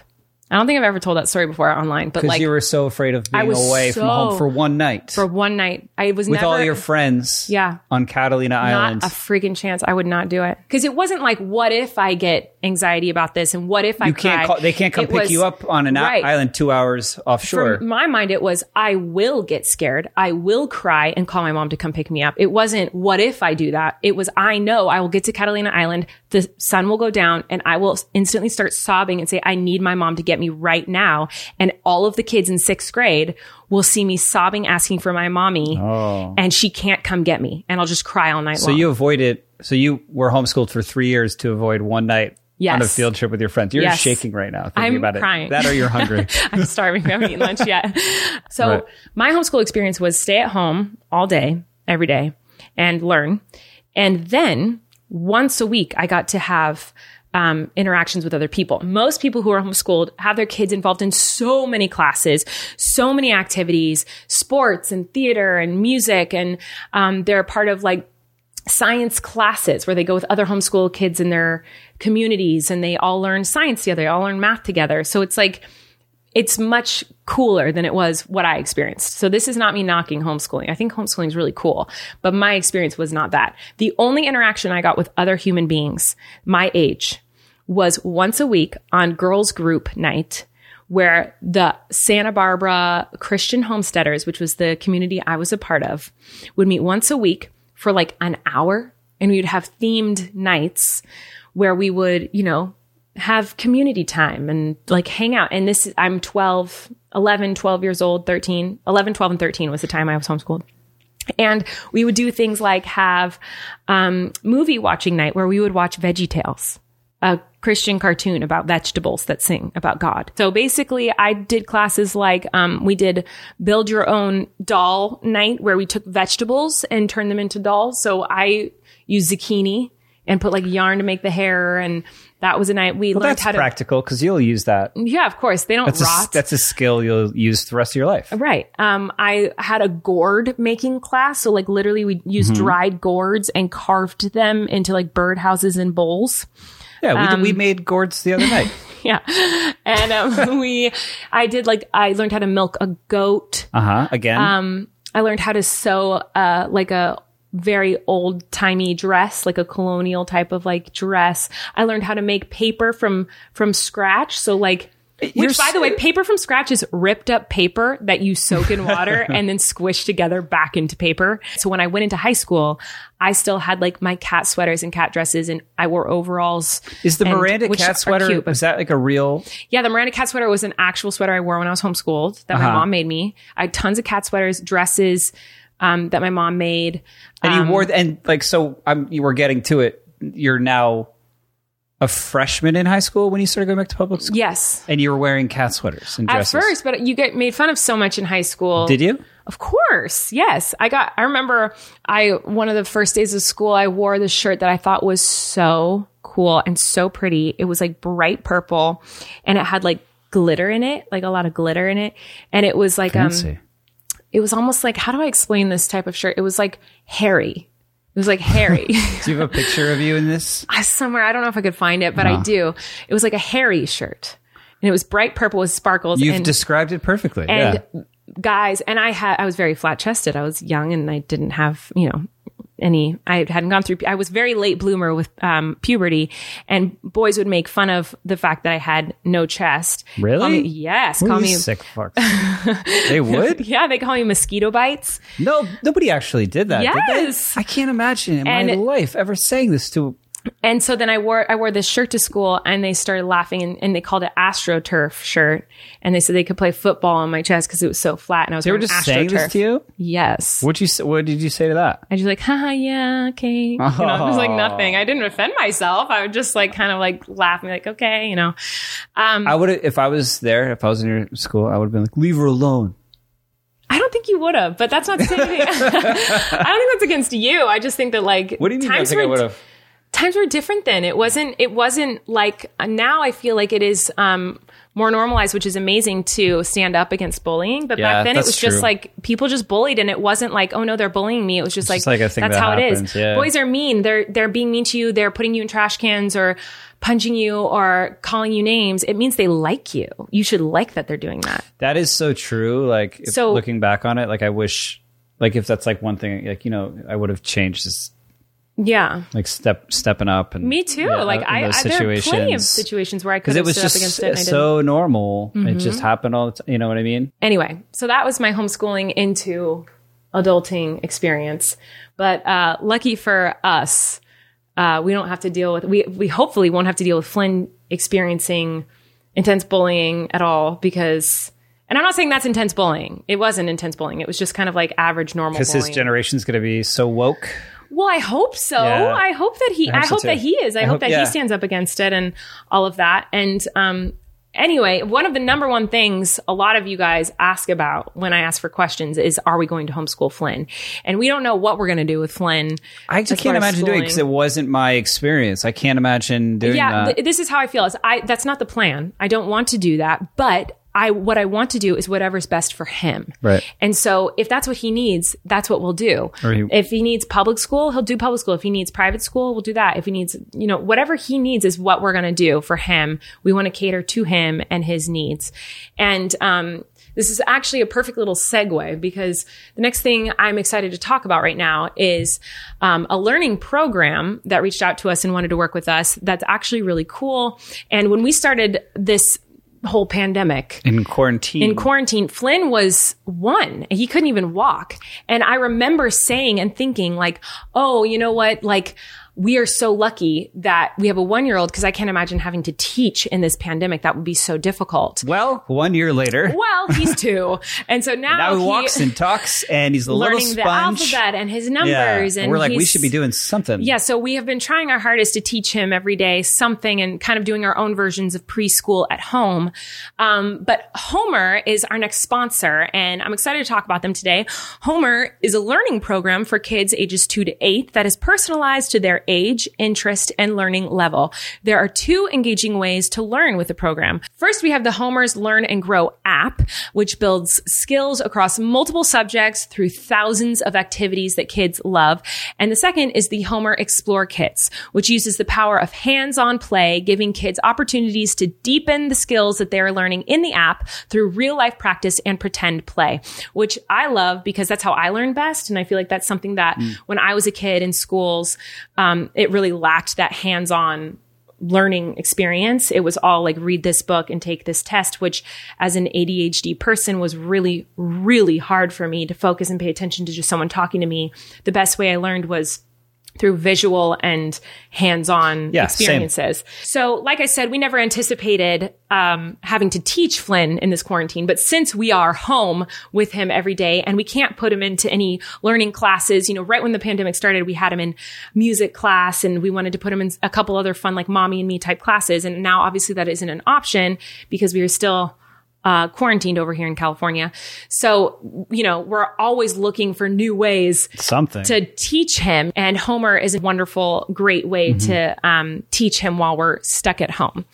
I don't think I've ever told that story before online, but
because
like
you were so afraid of being
was
away from home
so-
for one night
for one night, I was
with
never
all your friends.
Yeah.
on Catalina Island.
not a freaking chance. I would not do it because it wasn't like, what if I get anxiety about this and what if I
you can't.
cry?
Call, they can't come
It
pick
was-
you up on an i-
Right.
island two hours offshore.
From my mind, it was, I will get scared. I will cry and call my mom to come pick me up. It wasn't, what if I do that? It was, I know I will get to Catalina Island. The sun will go down and I will instantly start sobbing and say, I need my mom to get me right now. And all of the kids in sixth grade will see me sobbing, asking for my mommy and she can't come get me. And I'll just cry all night
Oh. so
long.
you avoided. So you were homeschooled for three years to avoid one night on a
Yes.
field trip with your friends. You're
Yes.
shaking right now thinking
I'm
about
crying.
it. That or you're hungry.
I'm starving. I haven't eaten lunch yet. So
Right.
my homeschool experience was stay at home all day, every day, and learn. And then once a week, I got to have um, interactions with other people. Most people who are homeschooled have their kids involved in so many classes, so many activities, sports and theater and music, and um, they're part of like science classes where they go with other homeschool kids in their communities and they all learn science together, they all learn math together. So it's like it's much cooler than it was what I experienced. So this is not me knocking homeschooling. I think homeschooling is really cool, but my experience was not that. The only interaction I got with other human beings my age was once a week on girls group night where the Santa Barbara Christian Homesteaders, which was the community I was a part of, would meet once a week for like an hour and we would have themed nights where we would, you know, have community time and like hang out. And this, I'm 12, 11, 12 years old, 13, 11, 12, and 13 was the time I was homeschooled. And we would do things like have um, movie watching night where we would watch Veggie Tales, a Christian cartoon about vegetables that sing about God. So basically, I did classes like um, we did build your own doll night where we took vegetables and turned them into dolls. So I used zucchini and put like yarn to make the hair, and that was a night we learned
That's
how to.
practical because you'll use that.
Yeah, of course they don't
That's a,
rot.
that's a skill you'll use the rest of your life.
Right. Um, I had a gourd making class. So like literally we used dried gourds and carved them into like birdhouses and bowls.
Yeah, we, did, we made gourds the other night.
Yeah. And um, we, I did like, I learned how to milk a goat.
Uh huh. Again,
Um, I learned how to sew, uh, like a very old timey dress, like a colonial type of like dress. I learned how to make paper from, from scratch. So like,
You're
which by the
s-
way, paper from scratch is ripped up paper that you soak in water and then squish together back into paper. So when I went into high school, I still had like my cat sweaters and cat dresses and I wore overalls.
is the
and-
Miranda
which are
cat sweater?
cute, but-
is that like a real?
yeah, the Miranda cat sweater was an actual sweater I wore when I was homeschooled that
Uh-huh.
my mom made me. I had tons of cat sweaters, dresses um, that my mom made.
And
Um,
you wore the, and like so. I'm you were getting to it. You're now a freshman in high school when you started going back to public school,
Yes.
and you were wearing cat sweaters and dresses.
At first, um, but you get made fun of so much in high school.
did you?
Of course. Yes. I got I remember I one of the first days of school I wore this shirt that I thought was so cool and so pretty. It was like bright purple and it had like glitter in it, like a lot of glitter in it, and it was like um
Fancy.
it was almost like how do I explain this type of shirt? It was like hairy. It was like hairy
Do you have a picture of you in this?
I- somewhere. I don't know if I could find it, but
Uh-huh.
I do. It was like a hairy shirt, and it was bright purple with sparkles.
You've
and
described it perfectly.
and
yeah.
guys, and I had I was very flat chested. I was young and I didn't have you know any. I hadn't gone through. I was very late bloomer with um, puberty, and boys would make fun of the fact that I had no chest.
Really?
Call me- yes.
What
call
are
me.
you sick fucks. they would?
Yeah, they call me mosquito bites.
No, nobody actually did that. Did they?
Yes.
I can't imagine in my
And-
life ever saying this to.
And so then I wore I wore this shirt to school, and they started laughing, and, and they called it AstroTurf shirt, and they said they could play football on my chest because it was so flat, and I was
They were just saying this to you.
Yes,
What you? s- What did you say to that?
I was like, haha, yeah, okay. You know, it was like nothing. I didn't offend myself. I would just like kind of like laugh and be like, okay, you know. Um,
I would, if I was there, if I was in your school, I would have been like, "Leave her alone."
I don't think you would have, but that's not saying anything. I don't think that's against you. I just think that like times were-
have?
times were different then. It wasn't. It wasn't like uh, now. I feel like it is um, more normalized, which is amazing to stand up against bullying. But
Yeah,
back then, it
that's
was
true.
just like people just bullied, and it wasn't like, oh no, they're bullying me. It was just, like,
just like a thing
that's
that
how it
happens,
is.
yeah.
Boys are mean. They're they're being mean to you. They're putting you in trash cans or punching you or calling you names. It means they like you. You should like that they're doing that.
That is so true. Like if-
So-
looking back on it, like I wish, like if that's like one thing, like you know, I would have changed this,
Yeah.
like step stepping up and
Me too.
yeah, uh,
like
in
I,
those
I there are plenty of
situations.
situations where I could
because it
have
was
stood
just
up against it. And I didn't. Mm-hmm.
so normal. It just happened all the time. You know what I mean?
anyway, so that was my homeschooling into adulting experience. But uh, lucky for us, uh, we don't have to deal with we we hopefully won't have to deal with Flynn experiencing intense bullying at all because. And I'm not saying that's intense bullying. It wasn't intense bullying. It was just kind of like average normal
Because his
bullying.
generation's going to be so woke.
well, I hope so.
Yeah.
I hope that he I,
hope so
hope that
too.
he is. I, hope,
hope-
that
yeah.
he stands up against it and all of that. And um anyway, one of the number one things a lot of you guys ask about when I ask for questions is are we going to homeschool Flynn? And we don't know what we're going to do with Flynn.
I just
as far
can't
as
imagine doing it
schooling.
because it wasn't my experience. I can't imagine doing
yeah,
that.
th- this is how I feel. Is I that's not the plan. I don't want to do that, but I what I want to do is whatever's best for him.
Right.
And so if that's what he needs, that's what we'll do.
he-
if he needs public school, he'll do public school. If he needs private school, we'll do that. If he needs, you know, whatever he needs is what we're going to do for him. We want to cater to him and his needs. And um this is actually a perfect little segue because the next thing I'm excited to talk about right now is um, a learning program that reached out to us and wanted to work with us. That's actually really cool. And when we started this whole pandemic,
in quarantine.
in quarantine, Flynn was one. He couldn't even walk. And I remember saying and thinking like, oh, you know what? Like, we are so lucky that we have a one year old because I can't imagine having to teach in this pandemic. That would be so difficult.
well, one year later,
Well, he's two. And so now,
now he
he
walks and talks, and he's a little
learning
sponge.
the alphabet and his numbers.
Yeah.
And
we're like, we
he's-
should be doing something.
yeah, so we have been trying our hardest to teach him every day something and kind of doing our own versions of preschool at home. Um, but Homer is our next sponsor, and I'm excited to talk about them today. Homer is a learning program for kids ages two to eight that is personalized to their age, interest, and learning level. There are two engaging ways to learn with the program. First, we have the Homer's Learn and Grow app, which builds skills across multiple subjects through thousands of activities that kids love. And the second is the Homer Explore Kits, which uses the power of hands-on play, giving kids opportunities to deepen the skills that they are learning in the app through real life practice and pretend play, which I love because that's how I learn best. And I feel like that's something that when I was a kid in schools, um, it really lacked that hands-on learning experience. It was all like read this book and take this test, which as an ADHD person was really, really hard for me to focus and pay attention to just someone talking to me. The best way I learned was through visual and hands-on
Yeah, same.
experiences. So, like I said, we never anticipated um, having to teach Flynn in this quarantine, but since we are home with him every day and we can't put him into any learning classes, you know, right when the pandemic started, we had him in music class and we wanted to put him in a couple other fun, like mommy and me type classes. And now, obviously, that isn't an option because we are still uh, quarantined over here in California. So, you know, we're always looking for new ways
something.
to teach him. And Homer is a wonderful, great way to um, teach him while we're stuck at home.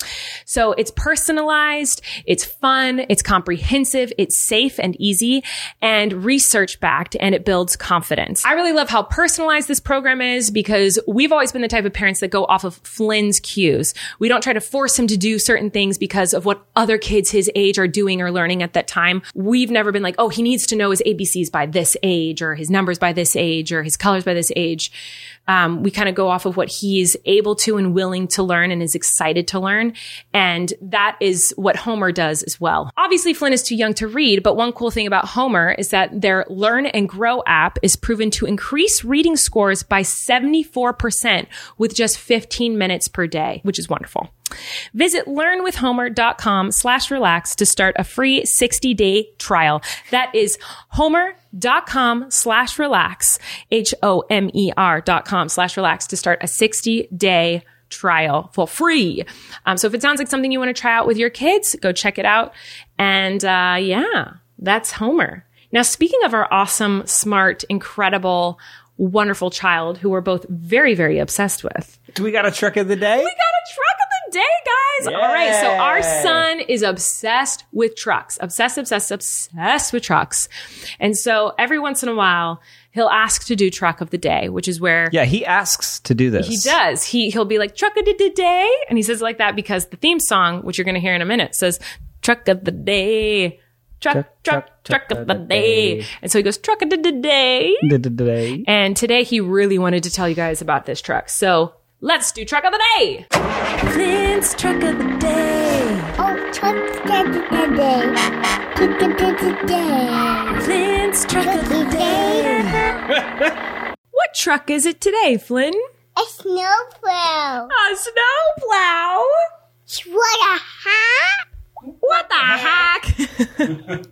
So it's personalized, it's fun, it's comprehensive, it's safe and easy, and research backed, and it builds confidence. I really love how personalized this program is because we've always been the type of parents that go off of Flynn's cues. We don't try to force him to do certain things because of what other kids his age are doing doing or learning at that time. We've never been like, oh, he needs to know his ABCs by this age or his numbers by this age or his colors by this age. Um, we kind of go off of what he's able to and willing to learn and is excited to learn. And that is what Homer does as well. Obviously, Flynn is too young to read, but one cool thing about Homer is that their Learn and Grow app is proven to increase reading scores by 74% with just 15 minutes per day, which is wonderful. Visit learnwithhomer.com slash relax to start a free 60 day trial. That is homer.com slash relax, H O M E R dot com slash relax to start a 60 day trial for free. Um, so if it sounds like something you want to try out with your kids, go check it out. And uh, yeah, that's Homer. Now, speaking of our awesome, smart, incredible, wonderful child who we're both very, very obsessed with.
Do we got a trick of the day?
We got a truck of the day, guys. All right. So our son is obsessed with trucks, obsessed, obsessed, obsessed with trucks. And so every once in a while, he'll ask to do truck of the day, which is where
yeah, he asks to do this.
he does. He, he'll be like, truck of the day. And he says it like that because the theme song, which you're going to hear in a minute, says truck of the day. Truck, truck, truck, of the day. And so he goes, truck of the day.
Today.
And today he really wanted to tell you guys about this truck. So let's do truck of the day. Flynn's truck of the day.
Oh, truck did today. Truck did today.
Flynn's truck of the day.
Today,
What truck is it today, Flynn?
a snowplow.
A snowplow.
What a hat!
What the heck?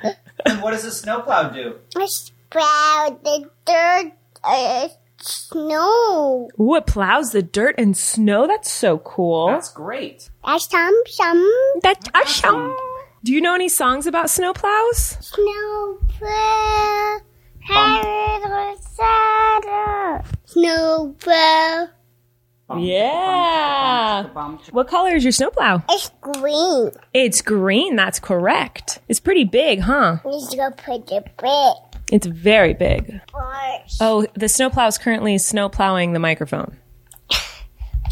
And what does a snowplow do?
A sprout the dirt uh, snow.
Ooh, it plows the dirt and snow. That's so cool.
great.
A some some
That's awesome. Do you know any songs about snowplows?
snowplow. Harriet was sadder. Snowplow.
Yeah. What color is your snowplow?
It's green.
It's green. That's correct. It's pretty big, huh?
Let's go put the brick
It's very big.
first.
Oh, the snowplow is currently snowplowing the microphone.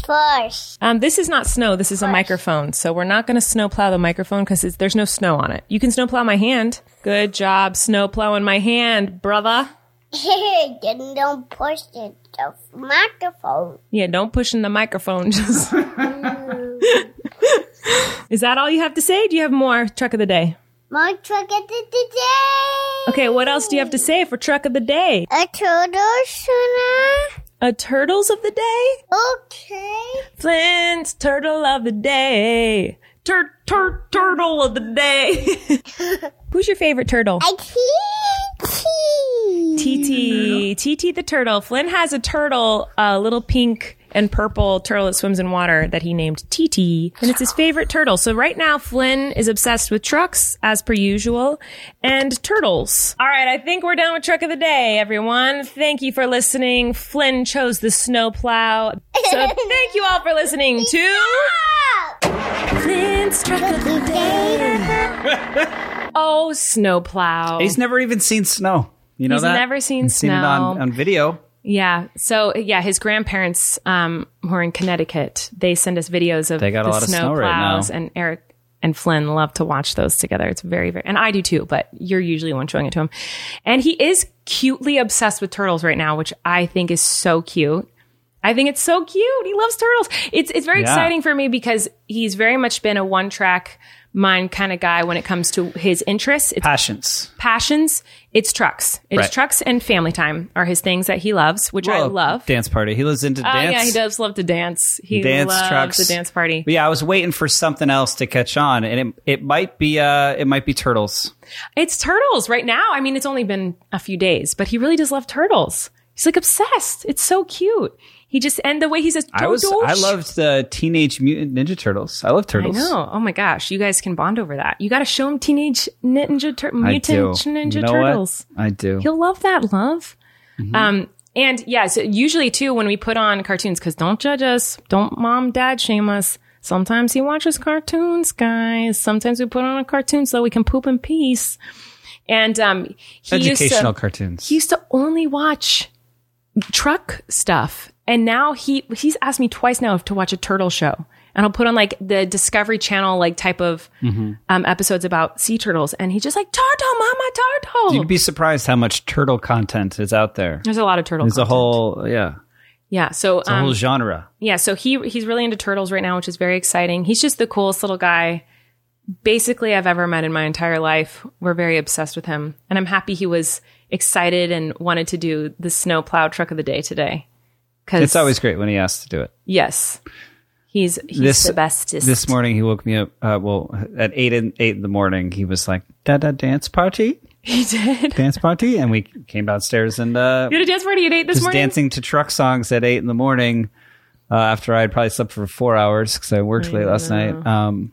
First.
Um, this is not snow. This is a microphone. So we're not going to snowplow the microphone because there's no snow on it. You can snowplow my hand. Good job snowplowing my hand, brother.
then don't push the, the microphone.
Yeah, don't push in the microphone. Just is that all you have to say? Do you have more truck of the day?
My truck of the day.
Okay, what else do you have to say for truck of the day?
A turtle sooner.
A turtles of the day.
Okay.
Flint's turtle of the day. Tur tur turtle of the day. Who's your favorite turtle?
A kitty.
TT. TT the turtle. Flynn has a turtle, a little pink and purple turtle that swims in water that he named TT. And it's his favorite turtle. So right now, Flynn is obsessed with trucks, as per usual, and turtles. All right, I think we're done with Truck of the Day, everyone. Thank you for listening. Flynn chose the snowplow. So thank you all for listening to. Flint's Truck of the Day. Oh, snowplow.
He's never even seen snow. You know
He's
that?
never seen
He's Seen it
snow.
on, on video.
Yeah. So yeah, his grandparents um, who are in Connecticut, they send us videos of
They got a
the
lot of snow right
plows,
now.
and Eric and Flynn love to watch those together. It's very very, and I do too. But you're usually the one showing it to him, and he is cutely obsessed with turtles right now, which I think is so cute. I think it's so cute. He loves turtles. It's it's very
Yeah.
exciting for me because he's very much been a one track mind kind of guy when it comes to his interests. It's
Passions.
passions, it's trucks. It's
Right.
trucks and family time are his things that he loves, which I
Well,
love.
Dance party. He lives into
Oh
dance.
yeah, he does love to dance. He
Dance
loves
trucks.
the dance party.
But yeah, I was waiting for something else to catch on, and it it might be uh it might be turtles.
It's turtles right now. I mean, it's only been a few days, but he really does love turtles. He's like obsessed. It's so cute. He just and the way he says
I was
"Turtles."
I loved the Teenage Mutant Ninja Turtles. I love
I
turtles.
know. Oh my gosh, you guys can bond over that. You got to show him teenage ninja Tur- mutant
do.
ninja
You know what?
turtles.
I do.
He'll love that love. Um, and yeah, so usually too, when we put on cartoons, because don't judge us, don't mom, dad shame us. Sometimes he watches cartoons, guys. Sometimes we put on a cartoon so we can poop in peace. And um, he
Educational
used to,
cartoons.
he used to only watch truck stuff, and now he he's asked me twice now to watch a turtle show. and he'll put on like the Discovery Channel like type of um, episodes about sea turtles, and he just like turtle, mama, turtle.
You'd be surprised how much turtle content is out there.
There's a lot of turtle.
There's a
content.
whole yeah,
yeah. So
a
um,
whole genre.
yeah, so he he's really into turtles right now, which is very exciting. He's just the coolest little guy basically I've ever met in my entire life. We're very obsessed with him, and I'm happy he was excited and wanted to do the snow plow truck of the day today. Cuz
It's always great when he asks to do it.
yes. He's he's
This-
the bestest.
This morning he woke me up. Uh, well, at eight in eight in the morning he was like, "Dada dance party,
he did.
dance party," and we came downstairs and uh,
You had a dance party at 8 this
was
morning?
dancing to truck songs at eight in the morning uh, after I had probably slept for four hours because I worked late last night. Um,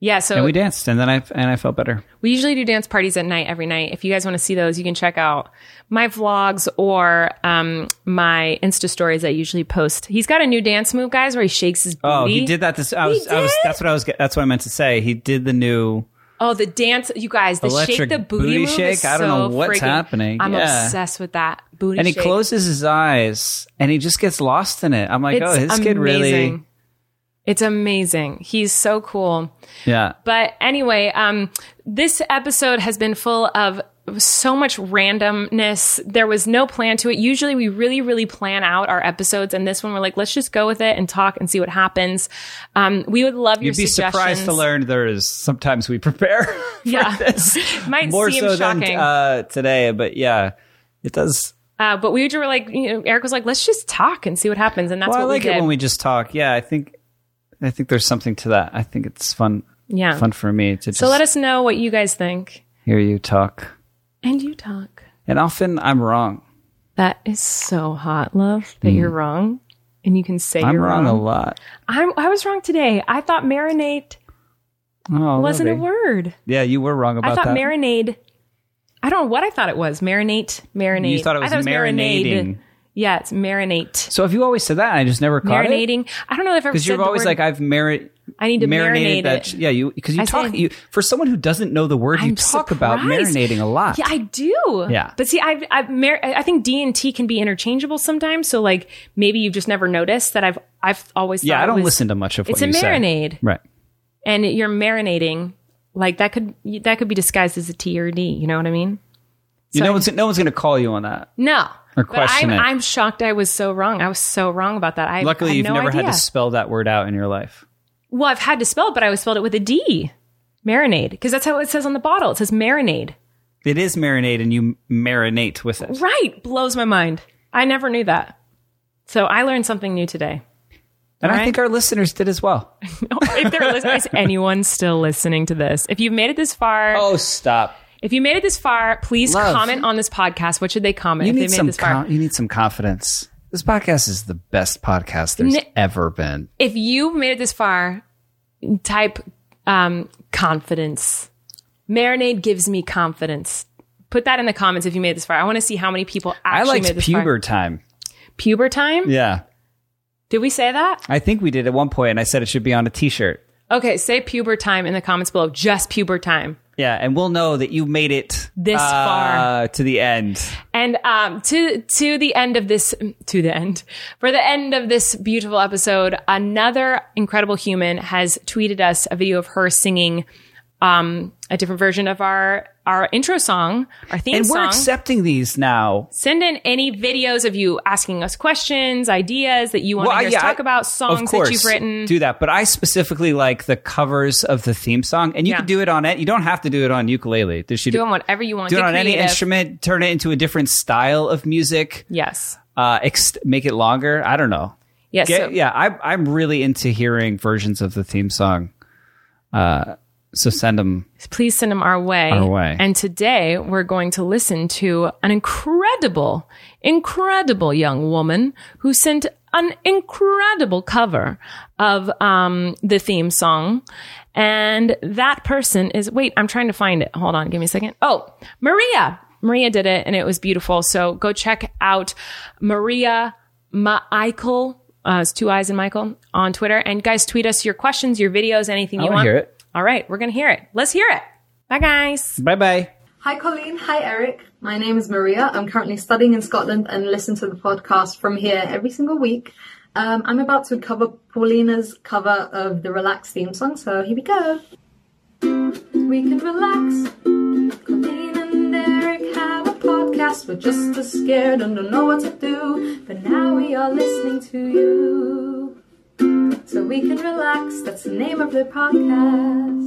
Yeah, so
and we danced, and then I and I felt better.
We usually do dance parties at night every night. If you guys want to see those, you can check out my vlogs or um, my Insta stories I usually post. He's got a new dance move, guys, where he shakes his booty.
Oh, he did that. This I was, I was.
did?
That's what I was. get- That's what I meant to say. He did the new.
Oh, the dance, you guys, the shake
Electric
the booty,
booty
move
shake?
Is
I don't know
so
what's
freaking-
happening.
I'm
Yeah.
obsessed with that booty.
and he
shake.
closes his eyes and he just gets lost in it. I'm like,
It's
oh, this
amazing.
kid really,
It's amazing. He's so cool.
yeah.
But anyway, um, this episode has been full of so much randomness. There was no plan to it. Usually we really, really plan out our episodes. And this one, we're like, let's just go with it and talk and see what happens. Um, we would love your
You'd be surprised to
suggestions.
learn there is sometimes we prepare for
Yeah.
this
Might
more
seem
so
shocking.
than uh, today, but yeah, it does.
Uh, but we were like, you know, Eric was like, let's just talk and see what happens. And that's
well, I
what
like
we did.
it when we just talk. Yeah, I think, I think there's something to that. I think it's fun,
yeah.
fun for me to just
So let us know what you guys think.
hear you talk.
And you talk.
And often I'm wrong.
That is so hot, love, that you're wrong. And you can say
Hmm. I'm
you're
wrong, a lot.
I'm, I was wrong today. I thought marinate
Oh,
wasn't a
really?
word.
Yeah, you were wrong about
I thought
that.
marinade. I don't know what I thought it was. Marinate, marinate.
You thought it was
I
marinating.
marinade. Yeah, it's marinate.
So if you always said that, I just never caught it.
Marinating. I don't know if I've ever
Because
said
you're
the
always
word.
like, I've mari-
I need to marinate
marinated that.
it.
sh- Yeah, you because you
I
talk
say-
you for someone who doesn't know the word, you
I'm
talk about
surprised.
marinating a lot.
Yeah, I do.
Yeah.
but see, I've, I've mar- I think D and T can be interchangeable sometimes. So like maybe you've just never noticed that I've I've always
Yeah,
thought
I
it
don't
was-
listen to much of what
It's a
you say.
marinade,
Right.
and you're marinating. Like that could that could be disguised as a T or a D. You know what I mean?
You know, one's, no one's going to call you on that.
No.
Or
but I'm,
question it.
I'm shocked I was so wrong. I was so wrong about that. I
Luckily,
I
you've
no
never
idea.
had to spell that word out in your life.
Well, I've had to spell it, but I always spelled it with a D. Marinade. Because that's how it says on the bottle. It says marinade.
It is marinade, and you marinate with it.
Right. Blows my mind. I never knew that. So I learned something new today.
And I
Right.
think our listeners did as well.
if there is anyone still listening to this, if you've made it this far,
Oh, stop!
if you made it this far, please
Love.
comment on this podcast. What should they comment
You
if they
need
made
some.
this far?
con- you need some confidence. This podcast is the best podcast there's
N-
ever been.
if you made it this far, type um, confidence. Marinade gives me confidence. Put that in the comments if you made it this far. I want to see how many people
I
actually
liked
made this
puber
far.
time.
Puber time?
Yeah,
Did we say that?
I think we did at one point, and I said it should be on a T-shirt.
Okay, say puber time in the comments below. Just puber time.
Yeah, and we'll know that you made it uh,
This far.
to the end.
And um, to to the end of this, to the end, for the end of this beautiful episode, another incredible human has tweeted us a video of her singing um, a different version of our our intro song, our theme
And
song.
we're accepting these now.
Send in any videos of you asking us questions, ideas that you want to hear us talk about, songs that you've written.
Do that, but I specifically like the covers of the theme song, and you
Yeah.
can do it on it. You don't have to do it on ukulele. Does she
do them whatever you want.
do it
Get
on any
creative.
instrument? Turn it into a different style of music.
Yes.
Uh, ex- make it longer. I don't know.
Yes.
Get-
so-
yeah, I, I'm really into hearing versions of the theme song. Uh, so send them.
please send them our way.
Our way.
And today we're going to listen to an incredible, incredible young woman who sent an incredible cover of um, the theme song. And that person is, wait, I'm trying to find it. Hold on, give me a second. Oh, Maria. Maria did it and it was beautiful. So go check out Maria Michael. Uh, it's two eyes and Michael on Twitter. And guys, tweet us your questions, your videos, anything you
wanna
want.
hear it.
All right, we're going to hear it. Let's hear it. Bye, guys.
Bye bye.
Hi, Colleen. Hi, Eric. My name is Maria. I'm currently studying in Scotland and listen to the podcast from here every single week. Um, I'm about to cover Paulina's cover of the Relax theme song, so here we go. We can relax. Colleen and Eric have a podcast. We're just as scared and don't know what to do, but now we are listening to you. So we can relax. That's the name of the podcast.